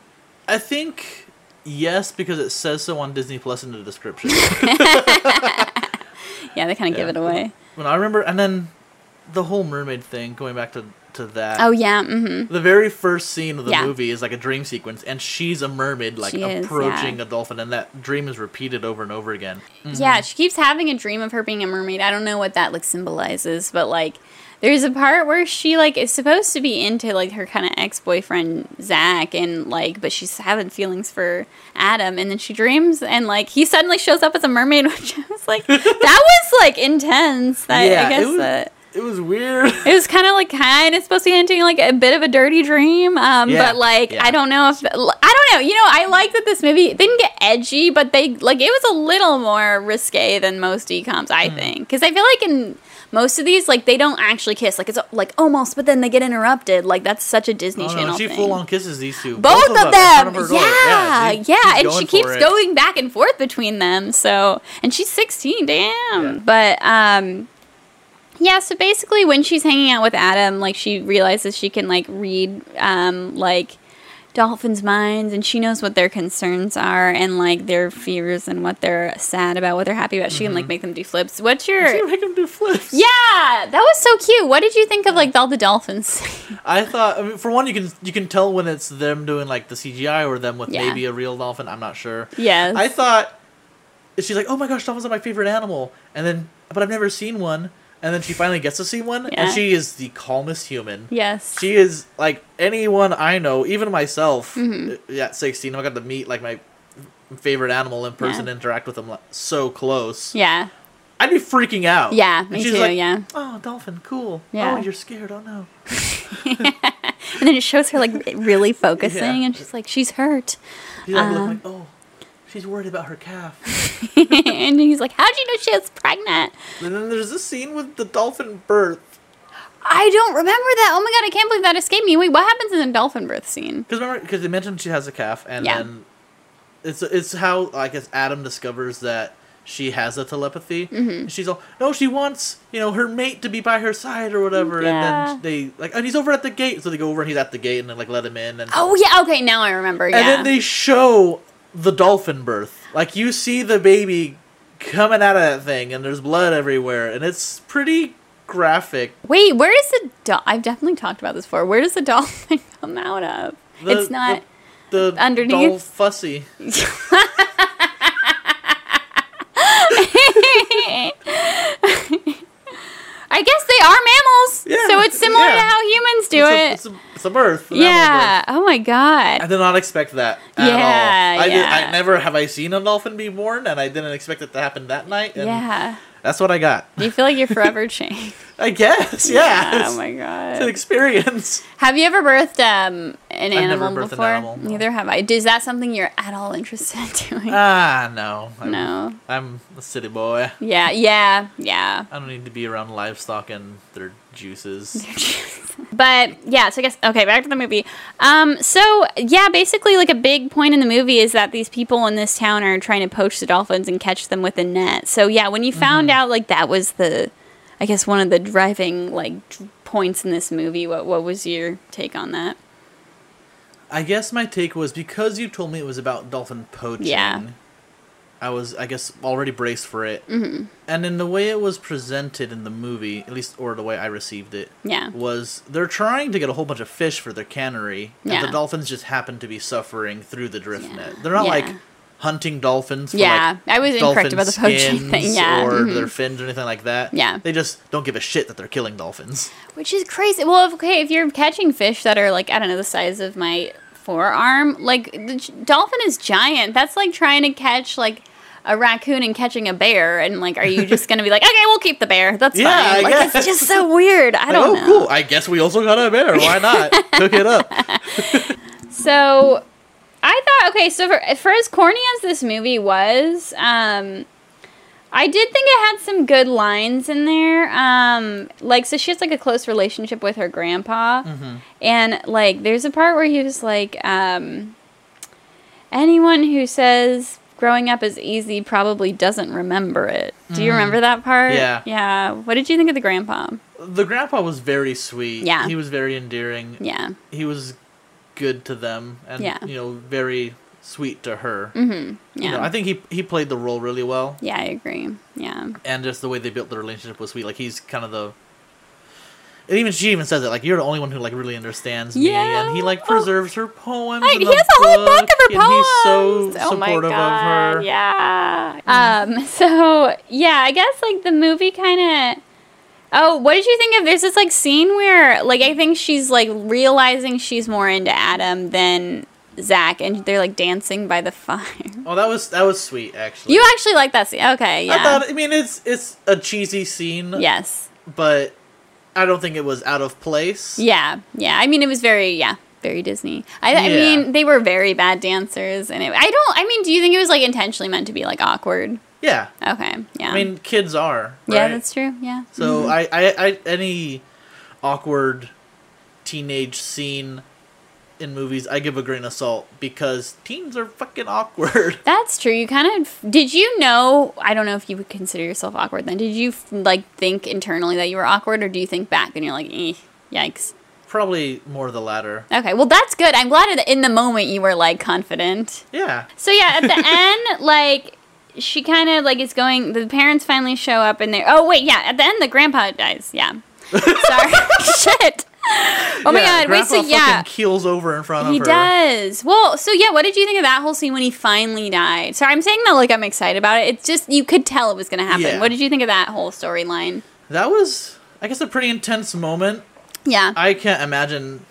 I think yes because it says so on Disney Plus in the description. Yeah, they kind of give Yeah. it away. when I remember, and then the whole mermaid thing. Going back to to that. Oh yeah. Mm-hmm. The very first scene of the Yeah. movie is like a dream sequence, and she's a mermaid, like She is, approaching yeah. a dolphin, and that dream is repeated over and over again. Yeah, she keeps having a dream of her being a mermaid. I don't know what that like symbolizes, but like there's a part where she like is supposed to be into like her kind of ex-boyfriend Zach and like but she's having feelings for Adam and then she dreams and like he suddenly shows up as a mermaid which I was like that was like intense. I, I guess it was, that it was weird. It was kind of like kind of supposed to be hinting like a bit of a dirty dream, um, Yeah, but like yeah. I don't know if I don't know. You know, I like that this movie didn't get edgy, but they like it was a little more risque than most decoms, I Hmm. think, because I feel like in most of these like they don't actually kiss, like it's like almost, but then they get interrupted. Like that's such a Disney Oh, no, Channel she thing. full on kisses these two. both, of in front them, of her door. yeah, yeah, she- she's and going she for keeps it. going back and forth between them. So, and she's sixteen, damn. Yeah. But um, yeah, so basically when she's hanging out with Adam, like she realizes she can like read um like dolphins' minds and she knows what their concerns are and like their fears and what they're sad about, what they're happy about. She can Mm-hmm. like make them do flips. What's She your make him do flips. Yeah, that was so cute. What did you think of like all the dolphins? I thought. I mean, for one, you can you can tell when it's them doing like the CGI or them with Yeah. maybe a real dolphin. I'm not sure. yes. I thought she's like, "Oh my gosh, dolphins are my favorite animal," and then, but I've never seen one. And then she finally gets to see one, Yeah. and she is the calmest human. yes. She is like anyone I know, even myself. Mm-hmm. uh, At sixteen, I got to meet like my favorite animal in person, Yeah. interact with them like, so close. yeah. I'd be freaking out. Yeah, And me she's too, like, yeah. Oh, dolphin, cool. Yeah. Oh, you're scared. Oh no. And then it shows her like really focusing, Yeah. and she's like, she's hurt. She's like, looking Um, like, oh, she's worried about her calf. and he's like, how'd you know she was pregnant? and then there's this scene with the dolphin birth. I don't remember that. Oh my god, I can't believe that escaped me. Wait, what happens in the dolphin birth scene? Because remember, because they mentioned she has a calf, and Yeah. then it's it's how I guess Adam discovers that she has a telepathy. Mm-hmm. She's all, no, she wants you know her mate to be by her side or whatever. Yeah. And then they like, and he's over at the gate, so they go over and he's at the gate and then like let him in. And, Oh yeah. Okay, now I remember. Yeah. and then they show the dolphin birth. Like you see the baby coming out of that thing, and there's blood everywhere, and it's pretty graphic. Wait, where is the do- I've definitely talked about this before. Where does the dolphin come out of? The- it's not. the, the underneath? doll fussy. I guess they are mammals, Yeah, so it's similar to yeah. how humans do it. it's A, it's, a, it's a birth. an animal birth. yeah. Oh my I god. did not expect that at all. Yeah, I, did, yeah. I never have I seen a dolphin be born, and I didn't expect it to happen that night. And Yeah. that's what I got. Do you feel like you're forever changed? I guess, yeah. it's, oh my god. it's an experience. Have you ever birthed um, an never animal birthed an before? animal, no. Neither have I. Is that something you're at all interested in doing? Ah, no. I'm, no. I'm a city boy. Yeah, yeah, yeah. I don't need to be around livestock and their juices. but yeah, so I guess okay, back to the movie. Um, so yeah, basically like a big point in the movie is that these people in this town are trying to poach the dolphins and catch them with a net. So yeah, when you found Mm-hmm. out like that was the I guess one of the driving like d- points in this movie, what what was your take on that? I guess my take was because you told me it was about dolphin poaching. Yeah. I was, I guess, already braced for it. Mm-hmm. And in the way it was presented in the movie, at least, or the way I received it, Yeah. was they're trying to get a whole bunch of fish for their cannery, and Yeah. the dolphins just happen to be suffering through the drift Yeah. net. They're not Yeah. like hunting dolphins. For, Yeah, like, I was incorrect dolphin about the poaching skins thing, yeah, or mhm. their fins or anything like that. Yeah. they just don't give a shit that they're killing dolphins. Which is crazy. Well, if- okay, if you're catching fish that are like I don't know the size of my forearm, like the g- dolphin is giant. That's like trying to catch like a raccoon and catching a bear, and like, are you just gonna be like, okay, we'll keep the bear. That's Yeah, fine. I Like guess. it's just so weird. I don't oh, know. cool! I guess we also got a bear. Why not? Cook it up. So I thought, okay, so for, for as corny as this movie was, um, I did think it had some good lines in there. Um, like, so she has like a close relationship with her grandpa, Mm-hmm. and like, there's a part where he was like, um, anyone who says growing up is easy probably doesn't remember it. Do you remember that part? Mm. Yeah. Yeah. What did you think of the grandpa? The grandpa was very sweet. Yeah. he was very endearing. Yeah. he was good to them, and Yeah. Mm, you know, very sweet to her. Yeah. You know, I think he he played the role really well. yeah, I agree. Yeah. and just the way they built their relationship was sweet. Like he's kind of the. And even she even says it. Like you're the only one who like really understands me, Yeah. and he like preserves her poems. Like, in he has a whole book of her and poems. Oh He's so supportive of her. Yeah. Um. So yeah, I guess like the movie kind of. Oh, what did you think of? There's this like scene where like I think she's like realizing she's more into Adam than Zach, and they're like dancing by the fire. Oh, that was that was sweet actually. You actually like that scene? Okay. Yeah. I thought. I mean, it's it's a cheesy scene. yes. But I don't think it was out of place. Yeah, yeah. I mean, it was very, yeah, very Disney. I, I Yeah. mean, they were very bad dancers, and it, I don't. I mean, do you think it was like intentionally meant to be like awkward? Yeah. Okay, yeah. I mean, kids are. Um, Right? yeah, that's Mhm. true. Yeah. Mm-hmm. So I, I, I, any awkward teenage scene in movies, I give a grain of salt because teens are fucking awkward. That's true. You kind of did you know? I don't know if you would consider yourself awkward then. Did you like think internally that you were awkward, or do you think back and you're like, eh, yikes? Probably more the latter. Okay, well that's good. I'm glad that in the moment you were like confident. Yeah. So yeah, at the end, like she kind of like is going. The parents finally show up, and they. Oh wait, yeah. At the end, the grandpa dies. Yeah. Sorry. Shit. Oh my Yeah, god. Wait. So Grandpa yeah, fucking keels over in front of he her. does. Well, so yeah. What did you think of that whole scene when he finally died? Sorry, I'm saying that like I'm excited about it. It's just you could tell it was gonna happen. Yeah. What did you think of that whole storyline? That was, I guess, a pretty intense moment. Yeah. I can't imagine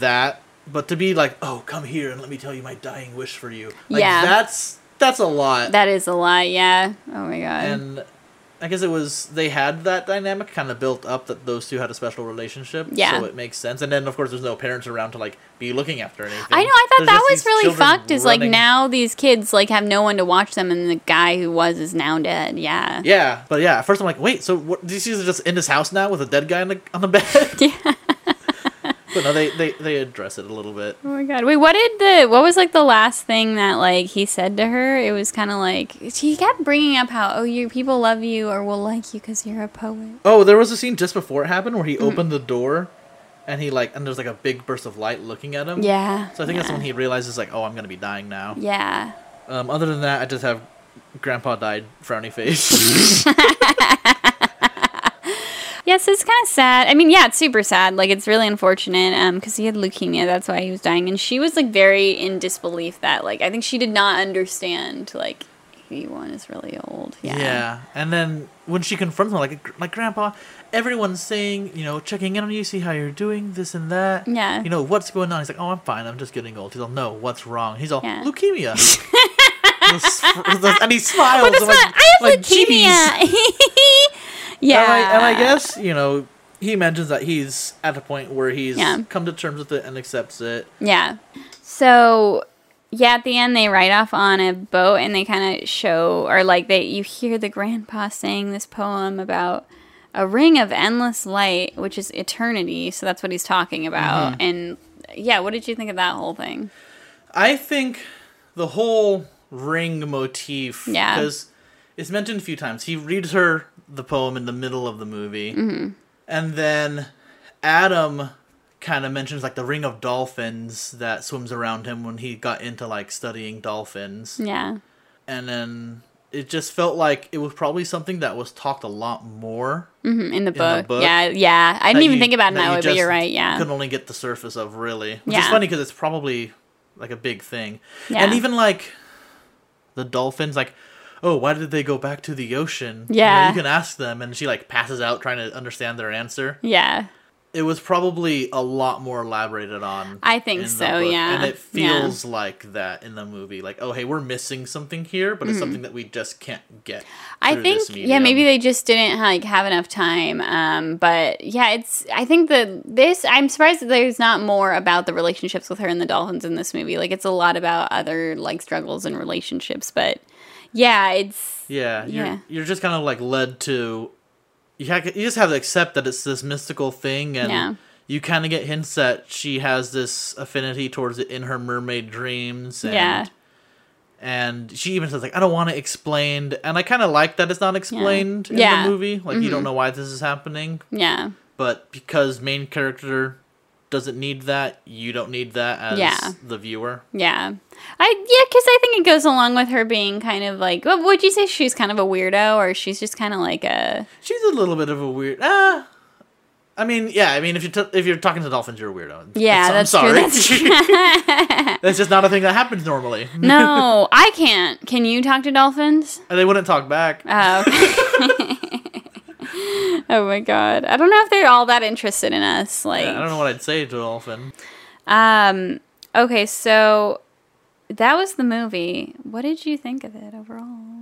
that, but to be like, oh, come here and let me tell you my dying wish for you. Like, Yeah. That's that's a lot. that is a lot. Yeah. Oh my god. and I guess it was they had that dynamic kind of built up that those two had a special relationship. Yeah. So it makes sense. And then of course there's no parents around to like be looking after anything. I know. I thought There's that just was these really children fucked. Is like running- now these kids like have no one to watch them, and the guy who was is now dead. Yeah. Yeah, but yeah. At first I'm like, wait, so what, these kids are just in this house now with a dead guy on the on the bed. Yeah. But no, they, they, they address it a little bit. Oh my god. Wait, what did the what was like the last thing that like he said to her? It was kind of like he kept bringing up how oh you people love you or will like you cuz you're a poet. Oh, there was a scene just before it happened where he Mm-hmm. opened the door and he like and there's like a big burst of light looking at him. Yeah. So I think yeah. that's when he realizes like, oh, I'm gonna be dying now. Yeah. Um, other than that, I just have Grandpa died frowny face. Yes, it's kind of sad. I mean, yeah, it's super sad. Like, it's really unfortunate um, because he had leukemia. That's why he was dying. And she was, like, very in disbelief that, like, I think she did not understand, like, 81 is really old. Yeah. yeah. And then when she confronts him, like like Grandpa, everyone's saying you know checking in on you, see how you're doing, this and that. Yeah. You know what's going on? He's like, oh, I'm fine. I'm just getting old. He's all, no, what's wrong? He's all Yeah. leukemia. and he smiles. But it's not, I'm like- I have like, "Jeez." leukemia. yeah. And I, and I guess, you know, he mentions that he's at a point where he's Yeah. come to terms with it and accepts it. Yeah. So yeah, at the end they ride off on a boat and they kind of show or like they you hear the grandpa saying this poem about a ring of endless light, which is eternity. So that's what he's talking about. Mm-hmm. And yeah, what did you think of that whole thing? I think the whole ring motif, Yeah. because it's mentioned a few times. He reads her the poem in the middle of the movie, and then Adam kind of mentions like the ring of dolphins that swims around him when he got into like studying dolphins, Yeah. and then it just felt like it was probably something that was talked a lot more. Mhm, In, the book. book. Yeah, yeah. I didn't even you- think about it in that, way, but just you're right. Yeah. Could only get the surface of really, which is Yeah. funny because it's probably like a big thing, Yeah. and even like the dolphins, like. Oh, why did they go back to the ocean? You know, Yeah. you can ask them, and she like passes out trying to understand their answer. yeah. It was probably a lot more elaborated on. I think in the so, yeah. and it Yeah. feels like that in the movie. Like, oh, hey, we're missing something here, but it's something that we just can't get. Mm-hmm. I through this think yeah, maybe medium. they just didn't like have enough time. Um, but yeah, it's I think that this I'm surprised that there's not more about the relationships with her and the dolphins in this movie. Like it's a lot about other like struggles and relationships, but yeah, it's Yeah, you're, Yeah. you're just kind of like led to. You, ha- you just have to accept that it's this mystical thing, and Yeah. you kind of get hints that she has this affinity towards it in her mermaid dreams. And, yeah, and she even says like, "I don't want it explained," and I kind of like that it's not explained in Yeah. Mm-hmm. the movie. Like you don't know why this is happening, yeah, but because main character doesn't need that, you don't need that as Yeah. the viewer. yeah. I yeah, because I think it goes along with her being kind of like. What would you say? She's kind of a weirdo, or she's just kind of like a She's a little bit of a weird. Ah, I mean, yeah. I mean, if you t- if you're talking to dolphins, you're a weirdo. yeah. It's- That's true. That's true. That's just not a thing that happens normally. no, I can't. Can you talk to dolphins? And they wouldn't talk back. Oh. okay. oh my god. I don't know if they're all that interested in us. Like I don't know what I'd say to a dolphin. um okay, so that was the movie. What did you think of it overall?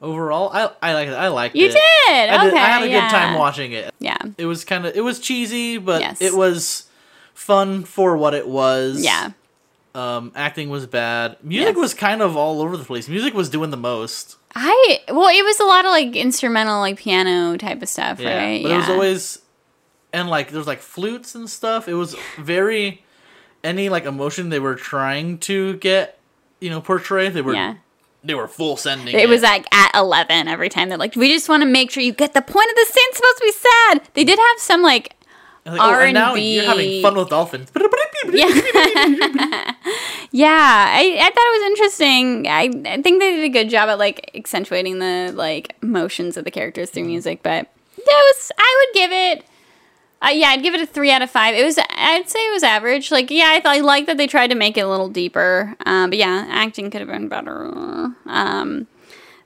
Overall, I I like it. I liked You it. did. I, okay. did- I had a yeah. good time watching it. Yeah. It was kind of it was cheesy, but Yes. it was fun for what it was. Yeah. Um, acting was bad. Music Yes. was kind of all over the place. Music was doing the most. I well, it was a lot of like instrumental like piano type of stuff, Yeah. right? But it was always and like there's like flutes and stuff. It was very any like emotion they were trying to get, you know, portray, they were Yeah. they were full sending. It was like at 11 every time. They're like, we just want to make sure you get the point of the scene. It's supposed to be sad. They did have some like And like, oh, and now R&B. you're having fun with dolphins. yeah yeah I, I thought it was interesting I, I think they did a good job at like accentuating the like motions of the characters Mm-hmm. through music but yeah, it was i would give it uh, yeah i'd give it a three out of five it was i'd say it was average like yeah i thought i like that they tried to make it a little deeper um, but yeah acting could have been better um,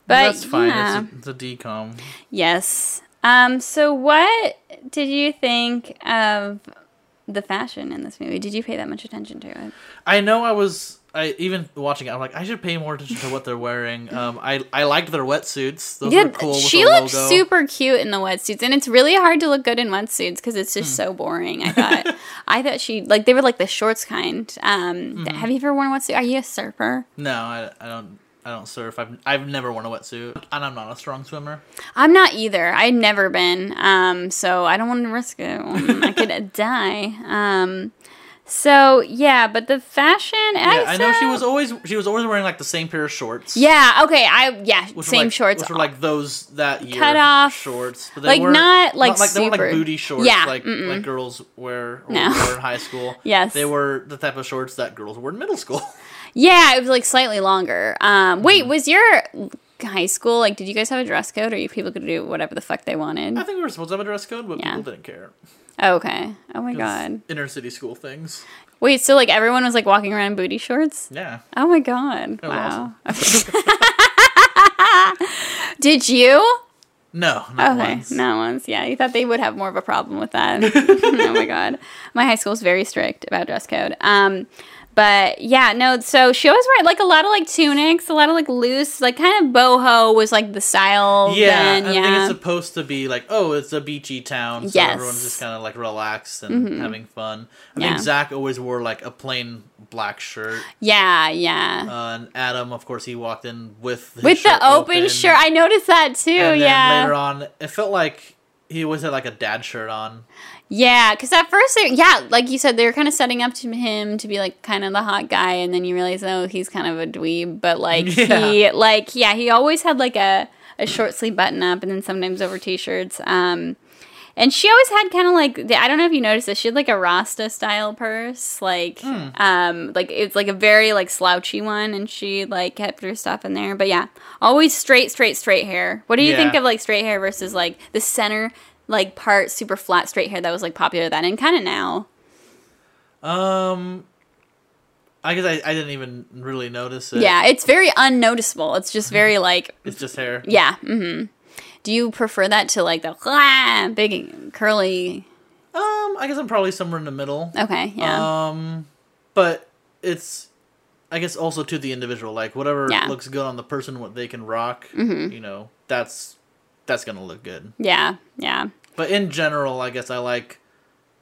but That's fine. yeah. It's, a, it's a decom. yes um, so what did you think of the fashion in this movie did you pay that much attention to it I know I was I even watching it, I'm like, I should pay more attention to what they're wearing. Um I I liked their wetsuits. Those were Yeah, cool with she the looked logo. super cute in the wetsuits, and it's really hard to look good in wetsuits because it's just Hmm. so boring. I thought, I thought she like Mm-hmm. they were like the shorts kind. Um, th- Have you ever worn a wetsuit? Are you a surfer? No, I, I don't I don't surf. I've I've never worn a wetsuit, and I'm not a strong swimmer. I'm not either. I'd never been, um, so I don't want to risk it. I could die. Um, so yeah, but the fashion. Yeah, I know she was always she was always wearing like the same pair of shorts. Yeah. Okay. I yeah. which were, same like- shorts. which were like those that year Cut off. shorts, but they Like, weren't- not, like, they weren't like super- booty shorts, Yeah, like mm-mm. like girls wear or No. wore in high school. Yes. they were the type of shorts that girls wore in middle school. yeah, it was like slightly longer. Um, Mm. wait, was your high school like? Did you guys have a dress code, or you people could do whatever the fuck they wanted? I think we were supposed to have a dress code, but Yeah. people didn't care. Okay. Oh my It was god. inner city school things. Wait. So like everyone was like walking around in booty shorts. Yeah, Oh my god. was Wow. Did you? no, not Okay, once. not once. Yeah, you thought they would have more of a problem with that. oh my god, my high school is very strict about dress code. Um, but yeah, no. So she always wore like a lot of like tunics, a lot of like loose, like kind of boho was like the style. Yeah, then, I yeah. think it's supposed to be like, oh, it's a beachy town, so Yes. Mm-hmm. everyone's just kind of like relaxed and having fun. I Yeah. think Zach always wore like a plain black shirt, yeah, yeah. uh, and Adam, of course, he walked in with his With shirt the open, shirt, I noticed that too. and then yeah, later on, it felt like he always had like a dad shirt on. yeah. Because at first, they- yeah, like you said, they were kind of setting up to him to be like kind of the hot guy, and then you realize, oh, he's kind of a dweeb. But like he, Yeah. like yeah, he always had like a a short sleeve button up, and then sometimes over t shirts. Um, and she always had kind of like the, I don't know if you noticed this. She had like a Rasta style purse, like Hmm. um, like it's like a very like slouchy one, and she like kept her stuff in there. But yeah, always straight, straight, straight hair. What do you Yeah. think of like straight hair versus like the center like part super flat straight hair that was like popular then and kind of now? Um, I guess I, I didn't even really notice it. Yeah, it's very unnoticeable. It's just Mm-hmm. very like it's just hair. yeah. hmm Do you prefer that to like the big curly? Um, I guess I'm probably somewhere in the middle. Okay, Oh, yeah, Um, but it's, I guess, also to the individual. Like whatever Yeah. Mm-hmm. looks good on the person, what they can rock. You know, that's that's gonna look good. yeah, yeah. But in general, I guess I like,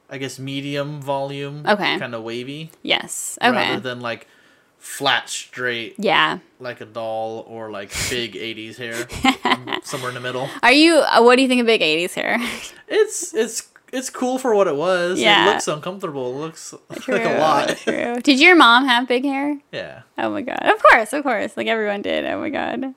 I guess medium volume. Okay. Kind of wavy, Yes. Okay. rather than like flat straight yeah. like a doll or like big 80s hair I'm somewhere in the middle Are you? uh, What do you think of big '80s hair? it's it's it's cool for what it was Yeah. it looks uncomfortable it looks like a lot True. Did your mom have big hair? yeah Oh my god. Of course, of course. Like everyone did. Oh my god.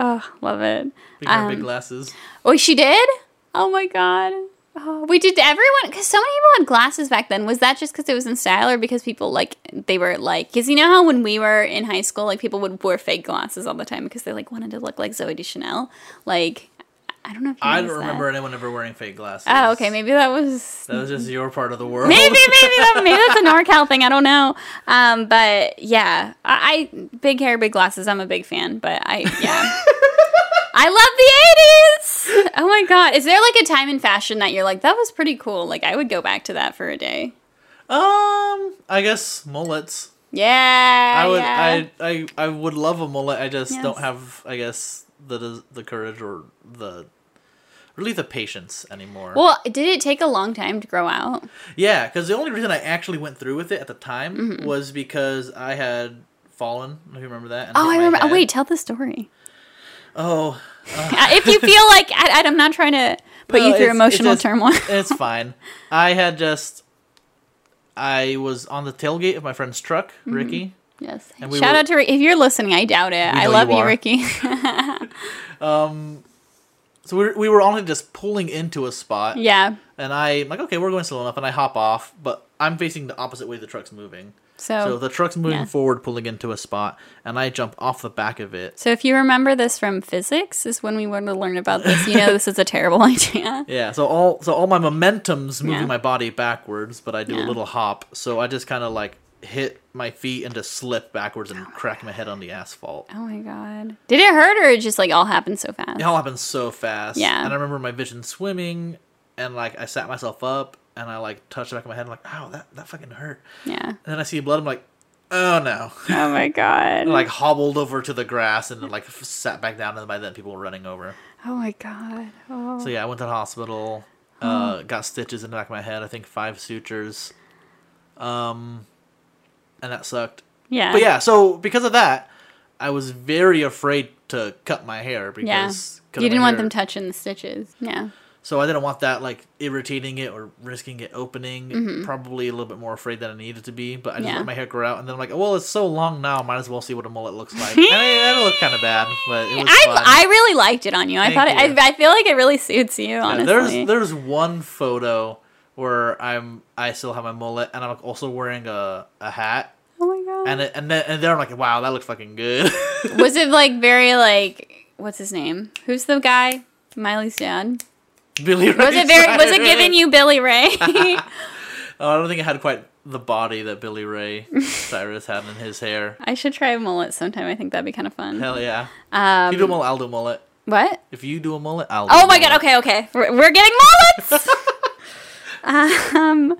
Oh, love it. big, hair, Um, big glasses Oh, she did. Oh my god. Oh, we did everyone because so many people had glasses back then. Was that just because it was in style, or because people like they were like? Because you know how when we were in high school, like people would wear fake glasses all the time because they like wanted to look like Zoe Deschanel. Like I don't know. if you I don't noticed that. remember anyone ever wearing fake glasses. Oh, okay. Maybe that was that was just your part of the world. maybe maybe that, maybe that's a NorCal thing. I don't know. Um, but yeah, I, I big hair, big glasses. I'm a big fan. But I yeah, I love the '80s. Oh my god, is there like a time in fashion that you're like that was pretty cool? Like I would go back to that for a day. um, I guess mullets. Yeah, I would. yeah. I, I. I would love a mullet. I just Yes. don't have. I guess the des- the courage or the really the patience anymore. well, did it take a long time to grow Oh, out? yeah, because the only reason I actually went through with it at the time Mm-hmm. was because I had fallen. If you remember that. and Oh, hit I my remember. Oh, head. wait, tell the story. Oh, Uh, if you feel like I, I'm not trying to put No, you through oh, it's- it's emotional just- turmoil. it's fine. I had just. I was on the tailgate of my friend's truck, Mm-hmm. Ricky. yes. And we Shout were- out to Ricky. If you're listening, I doubt it. We I know love you you are. Ricky. So we were, we were only just pulling into a spot, yeah. and I'm like, okay, we're going slow enough, and I hop off, but I'm facing the opposite way the truck's moving. So, So the truck's moving Oh, yeah. forward, pulling into a spot, and I jump off the back of it. So if you remember this from physics, is when we want to learn about this. You know, this is a terrible idea. Yeah, so all so all my momentum's moving Yeah. my body backwards, but I do Yeah. a little hop, so I just kind of like hit my feet and just slip backwards and crack my head on the asphalt. Oh my god! Did it hurt, or it just like all happened so fast? It all happened so fast. Yeah. And I remember my vision swimming, and like I sat myself up, and I like touched the back of my head, and like, ow, that that fucking hurt. Yeah. And then I see blood. I'm like, oh no. Oh my god! And, like hobbled over to the grass and then like f- sat back down. And by then people were running over. oh my god! Oh. So yeah, I went to the hospital, uh, Hmm. got stitches in the back of my head. I think five sutures. Um, and that sucked. yeah. But yeah, so because of that, I was very afraid to cut my hair Yeah. because You cut my didn't want hair- them touching the stitches. Yeah. So I didn't want that like irritating it or risking it opening. Probably a little bit more afraid than I needed to be, but I just Mm-hmm. Yeah. let my hair grow out, and then I'm like, well, it's so long now, might as well see what a mullet looks like. and I, it'll look kind of bad, but it was fun. I, I really liked it on you. I Thank thought it, you. I, I feel like it really suits you, Yeah, honestly. there's there's one photo where I'm I still have my mullet, and I'm also wearing a, a hat, oh my god. and it, and then and there I'm like, wow, that looks fucking good. was it like very like what's his name? Who's the guy? Miley's dad. Billy Was it very? Was it giving you Billy Ray? Oh, I don't think it had quite the body that Billy Ray Cyrus had in his hair. I should try a mullet sometime. I think that'd be kind of fun. Hell yeah! if you do a Um, mullet, I'll do a mullet. what? If you do a mullet, I'll. do Oh a my god. mullet. Okay. Okay. We're, we're getting mullets. um.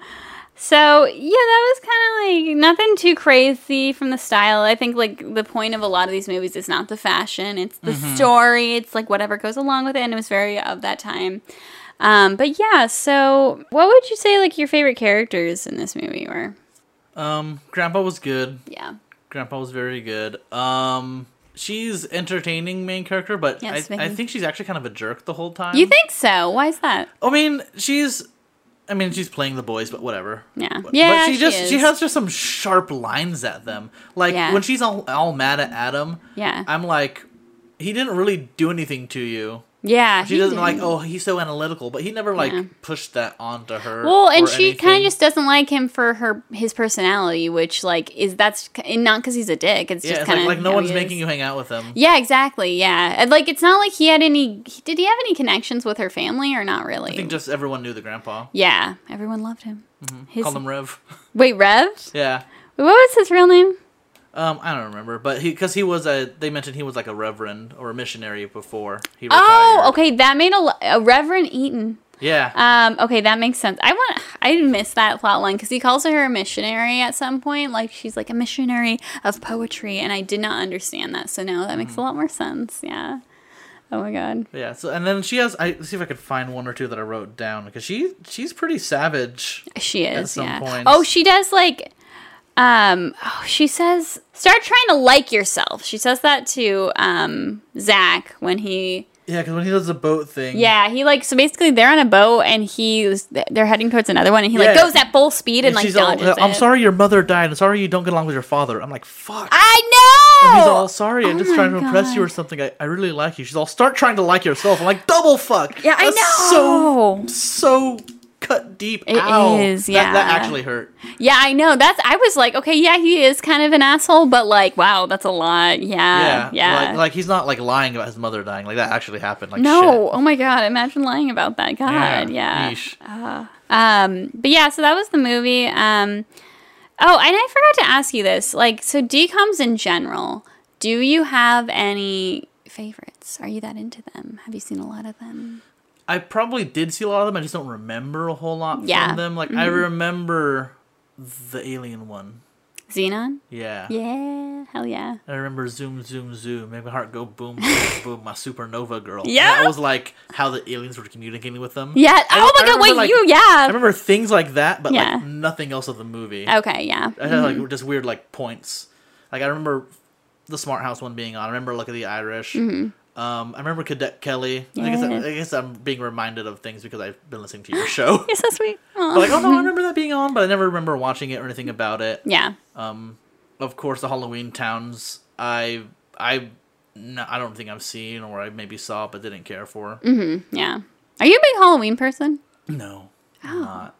So yeah, that was kind of like nothing too crazy from the style. I think like the point of a lot of these movies is not the fashion; it's the Mm-hmm. story. It's like whatever goes along with it, and it was very of that time. Um, but yeah, so what would you say like your favorite characters in this movie were? Um, Grandpa was good. Yeah, Grandpa was very good. Um, she's entertaining main character, but Yes, I, I Vicky. think she's actually kind of a jerk the whole time. you think so? Why is that? I mean, she's. I mean, she's playing the boys, but whatever. Yeah, But- yeah. but she, just she is. has just some sharp lines at them. Like Yeah. when she's all, all mad at Adam, yeah, I'm like, he didn't really do anything to you. yeah. She he doesn't did. like, oh, he's so analytical, but he never like Yeah. pushed that onto her. Well, and or she kind anything. of just doesn't like him for her his personality, which like is that's k- and not because he's a dick. It's yeah, just it's like, kind of like no one's making you hang out with him. Yeah, exactly. Yeah, And, like it's not like he had any. Did he have any connections with her family or not really? I think just everyone knew the grandpa. yeah, everyone loved him. His, Called him Rev. wait, Rev? yeah. What was his real name? Um, I don't remember, but he because he was a they mentioned he was like a reverend or a missionary before he retired. Oh, okay, that made a, lo- a Reverend Eaton. Yeah. Um, okay, that makes sense. I want I miss that plot line because he calls her a missionary at some point. Like she's like a missionary of poetry, and I did not understand that. So now that makes Mm. a lot more sense. Yeah. Oh my god. yeah. So and then she has I let's see if I could find one or two that I wrote down because she she's pretty savage. She is. some Yeah. points. Oh, she does like. Um. Oh, she says, "Start trying to like yourself." She says that to um Zach when he. Yeah, because when he does the boat thing. Yeah, he like so basically they're on a boat and he's they're heading towards another one and he like Yeah. goes at full speed and, and like she's all, dodges. I'm it. sorry your mother died. I'm sorry you don't get along with your father. I'm like, fuck. I know. And he's all sorry. I'm Oh just trying to my impress you God. or something. I, I really like you. She's all start trying to like yourself. I'm like double fuck. Yeah, I know. So so cut deep. It Ow. is, That- That, yeah. actually hurt. Yeah, I know. That's I was like, okay, yeah, he is kind of an asshole, but like, wow, that's a lot. Yeah. Uh, Yeah, yeah. Like, like he's not like lying about his mother dying. Like that actually happened. Like no, shit. oh my god, imagine lying about that. God, yeah. Yeesh. Um, but yeah, so that was the movie. Um, oh, and I forgot to ask you this. Like, so decoms in general, do you have any favorites? Are you that into them? Have you seen a lot of them? I probably did see a lot of them. I just don't remember a whole lot Yeah. Mm-hmm. from them. Like I remember the alien one. Xenon? Yeah. Yeah, hell yeah. I remember zoom, zoom, zoom, make my heart go boom, boom, boom, my supernova girl. Yeah. that was like how the aliens were communicating with them. Yeah. I- oh I my god, remember, wait, like- you I yeah. remember things like that, but Yeah. Mm-hmm. like nothing else of the movie. okay, yeah. I had like just weird like points. Like I remember the Smart House one being on. I remember Look at the Irish. Mm-hmm. Um, I remember Cadet Kelly. I, guess I, Yeah. I guess I'm being reminded of things because I've been listening to your show. You're so sweet. Aw. but like, oh no, I remember that being on, but I never remember watching it or anything about it. Yeah. Um, of course, the Halloween towns. I I no, I don't think I've seen or I maybe saw but didn't care for. Yeah. Are you a big Halloween person? No, Oh. I'm not.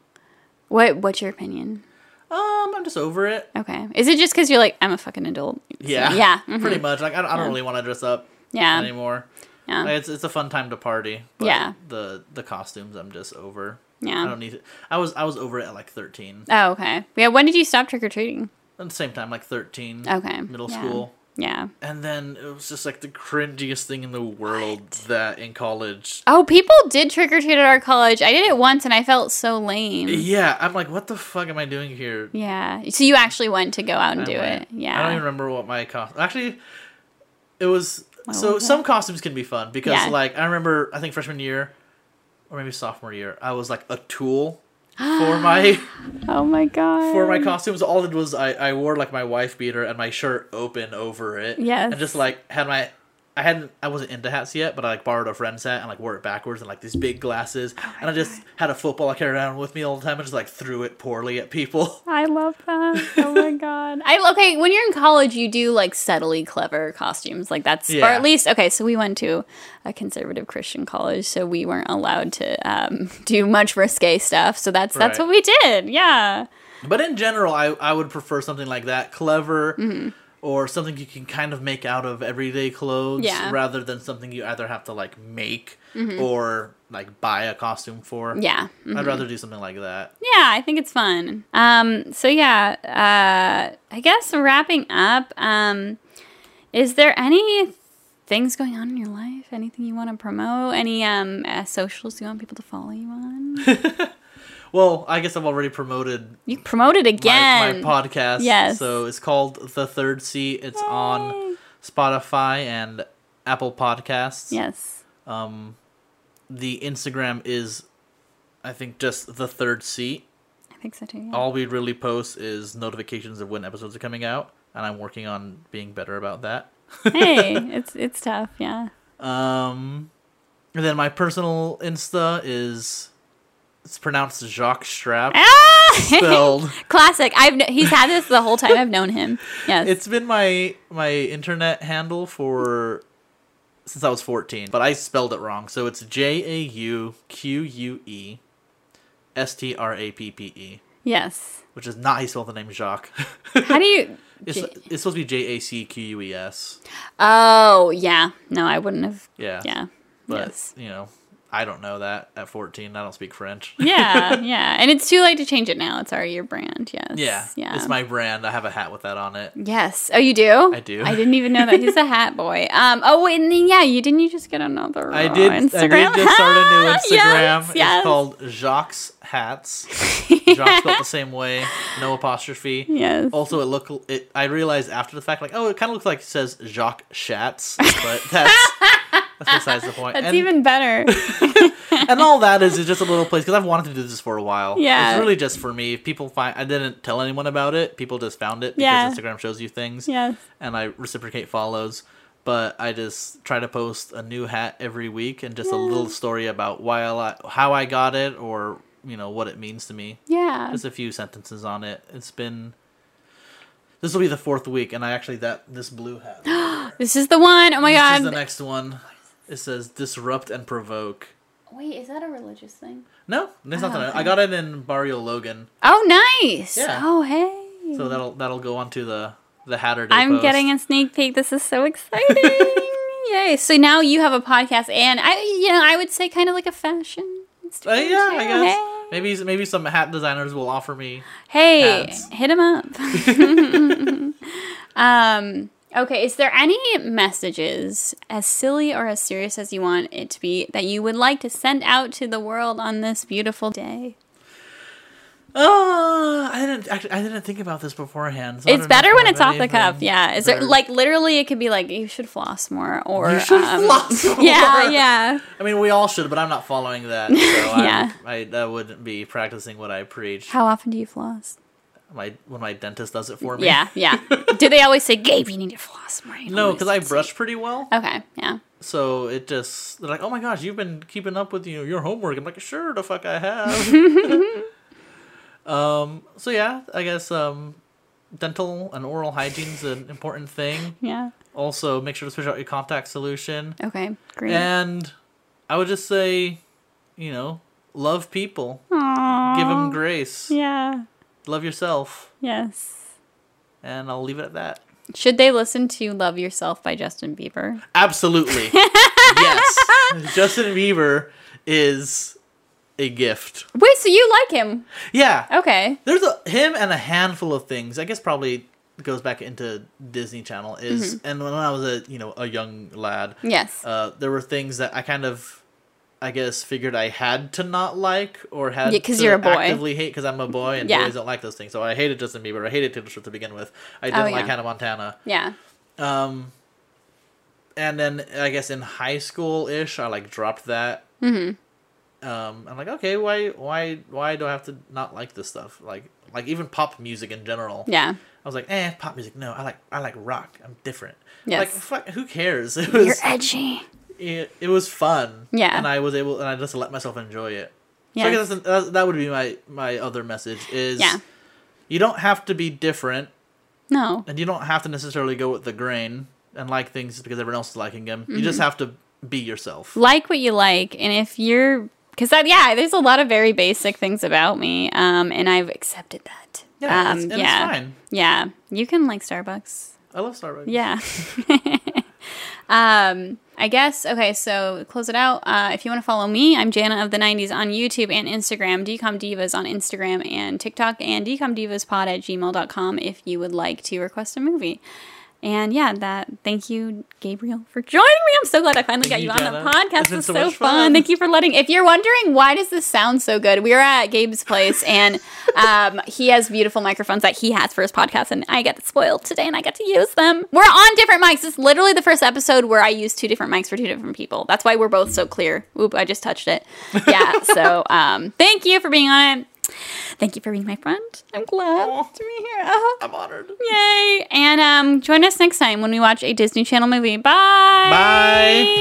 What What's your opinion? Um, I'm just over it. Okay. Is it just because you're like I'm a fucking adult? So, Yeah, yeah. mhm. pretty much. Like I, don't- I don't really want to dress up Yeah. anymore. Yeah. Like, it's it's a fun time to party. But Yeah. the the costumes I'm just over. Yeah. I don't need. To, I was I was over it at like 13. oh, okay. Yeah. When did you stop trick or treating? At the same time, like 13. Okay. Middle yeah. school. Yeah. And then it was just like the cringiest thing in the world that in college Oh, people did trick or treat at our college. I did it once, and I felt so lame. Yeah, I'm like, what the fuck am I doing here? Yeah. So you actually went to go out and do I'm like- it. Yeah. I don't even remember what my costume. Actually, it was. What so was it? some costumes can be fun because, Yeah. like, I remember I think freshman year, or maybe sophomore year, I was like a tool, for my Oh my god. for my costumes. All it was I, I wore like my wife beater and my shirt open over it. Yes. And just like had my I hadn't I wasn't into hats yet, but I like borrowed a friend's hat and like wore it backwards and like these big glasses. Oh and I just had a football I carried around with me all the time and just like threw it poorly at people. I love that. Oh my god. I okay, when you're in college you do like subtly clever costumes. Like that's or Yeah. at least okay, so we went to a conservative Christian college, so we weren't allowed to um, do much risque stuff. So that's that's Right. what we did. Yeah. But in general, I, I would prefer something like that, clever, Mm-hmm. or something you can kind of make out of everyday clothes, Yeah. Mm-hmm. rather than something you either have to like make or like buy a costume for. Yeah. Mm-hmm. I'd rather do something like that. Yeah, I think it's fun. Um, so yeah, uh, I guess wrapping up. Um, is there any things going on in your life? Anything you want to promote? Any um uh, socials you want people to follow you on? Well, I guess I've already promoted You promote it my, my again. podcast. Yes. So it's called The Third Sea. It's on Spotify and Apple Podcasts. yes. The Instagram is, I think, just The Third Sea. I think so too. Yeah. all we really post is notifications of when episodes are coming out and i'm working on being better about that hey, it's it's tough. Yeah. um and then my personal insta is it's pronounced jacques strap spelled Classic. I've kn- he's had this the whole time I've known him. Yes. it's been my my internet handle for since i was 14 but i spelled it wrong so it's j-a-u-q-u-e s-t-r-a-p-p-e yes. E, which is not how you spell the name jacques How do you? it's, J- it's supposed to be E j-a-c-q-u-e-s oh yeah. No, I wouldn't have. yeah Yeah. But yes. you know, I don't know that at 14. I don't speak French. yeah, yeah. And it's too late to change it now. It's already your brand. Yes. yeah, Yeah. It's my brand. I have a hat with that on it. Yes. Oh, you do? I do. I didn't even know that. He's a hat boy. Um. Oh, wait, and then, yeah, you didn't you just get another I uh, did. Instagram? I did just start a new Instagram. Yes, yes. It's called Jacques Hats. Jacques spelled the same way, no apostrophe. Yes. Also, it look. It. I realized after the fact, like, oh, it kind of looks like it says Jacques Shatz, but that's. That's besides the point. That's and, even better. and all that is is just a little place because I've wanted to do this for a while. Yeah. it's really just for me. People find I didn't tell anyone about it. People just found it because Yeah. Instagram shows you things. yes. and I reciprocate follows. But I just try to post a new hat every week and just a little story about why I li- how I got it or you know what it means to me. Yeah. Just a few sentences on it. It's been this will be the fourth week, and I actually that this blue hat. Oh This is the one. Oh my this god. is the next one. It says disrupt and provoke. wait, is that a religious thing? No, there's nothing. I got it in Barrio Logan, Oh, nice. Yeah. Oh, hey. so that'll that'll go onto the the Hatter Day. I'm post. getting a sneak peek. This is so exciting. Yay. So now you have a podcast and I you know, I would say kind of like a fashion Uh, Instagram yeah, I channel. guess Hey. maybe maybe some hat designers will offer me Hey, Ads. hit him up. um, okay, is there any messages, as silly or as serious as you want it to be, that you would like to send out to the world on this beautiful day? Oh, I didn't actually. I didn't think about this beforehand. so I It's don't know better if when I it's have off the cuff. anything Yeah, is there better. like literally? It could be like you should floss more, or You should um, floss more. Yeah, yeah. I mean, we all should, but I'm not following that. So Yeah. I'm, I that wouldn't be practicing what I preach. How often do you floss? My when my dentist does it for me. Yeah, yeah. do they always say, "Gabe, you need to floss more"? You No, always- because I brush pretty well, Okay, yeah. so it just they're like, oh my gosh, you've been keeping up with you know, your homework. I'm like, sure, the fuck I have. um. So yeah, I guess um, dental and oral hygiene's an important thing. Yeah. Also, make sure to switch out your contact solution. Okay. Great. And I would just say, you know, love people, Aw, give them grace, Yeah. love yourself, Yes. and I'll leave it at that. Should they listen to Love Yourself by Justin Bieber? Absolutely. yes. Justin Bieber is a gift. Wait, so you like him? Yeah. Okay. There's a him and a handful of things. I guess probably goes back into Disney Channel is and when I was a, you know, a young lad, Mm-hmm. Yes. uh, there were things that I kind of, I guess, figured I had to not like or had Yeah, 'cause to you're a boy. actively hate because I'm a boy and Yeah. boys don't like those things. So I hated Justin Bieber. I hated Taylor Swift to begin with. I didn't like Oh, yeah. Hannah Montana. yeah. Um, and then I guess in high school ish, I like dropped that. Mm-hmm. um, I'm like, okay, why, why, why do I have to not like this stuff? Like, like even pop music in general. Yeah. I was like, eh, pop music. No, I like, I like rock. I'm different. Yes. Like, fuck, who cares? It You're was, edgy. it, it was fun. Yeah. And I was able, and I just let myself enjoy it. So I Yeah. guess that's, that, that would be my my other message is, Yeah. you don't have to be different, No. and you don't have to necessarily go with the grain and like things just because everyone else is liking them. Mm-hmm. You just have to be yourself. like what you like and if you're because that yeah there's a lot of very basic things about me um and i've accepted that Yeah, um it's, and yeah it's fine. yeah you can like starbucks I love Starbucks. yeah um i guess okay so close it out uh if you want to follow me i'm jana of the 90s on youtube and instagram decom divas on instagram and tiktok and decomdivas.pod at gmail.com if you would like to request a movie and yeah, that. Thank you, Gabriel, for joining me. I'm so glad I finally got Thank you you, on the Jenna. podcast. It's been It's so, so much fun. fun. Thank you for letting. If you're wondering why does this sound so good, we are at Gabe's place, and um, he has beautiful microphones that he has for his podcast, and I got spoiled today, and I got to use them. We're on different mics. It's literally the first episode where I used two different mics for two different people. That's why we're both so clear. Oop! I just touched it. Yeah. so um, thank you for being on it. Thank you for being my friend. I'm glad Aw. to be here. Uh-huh. I'm honored. Yay! And um, join us next time when we watch a Disney Channel movie. Bye. Bye.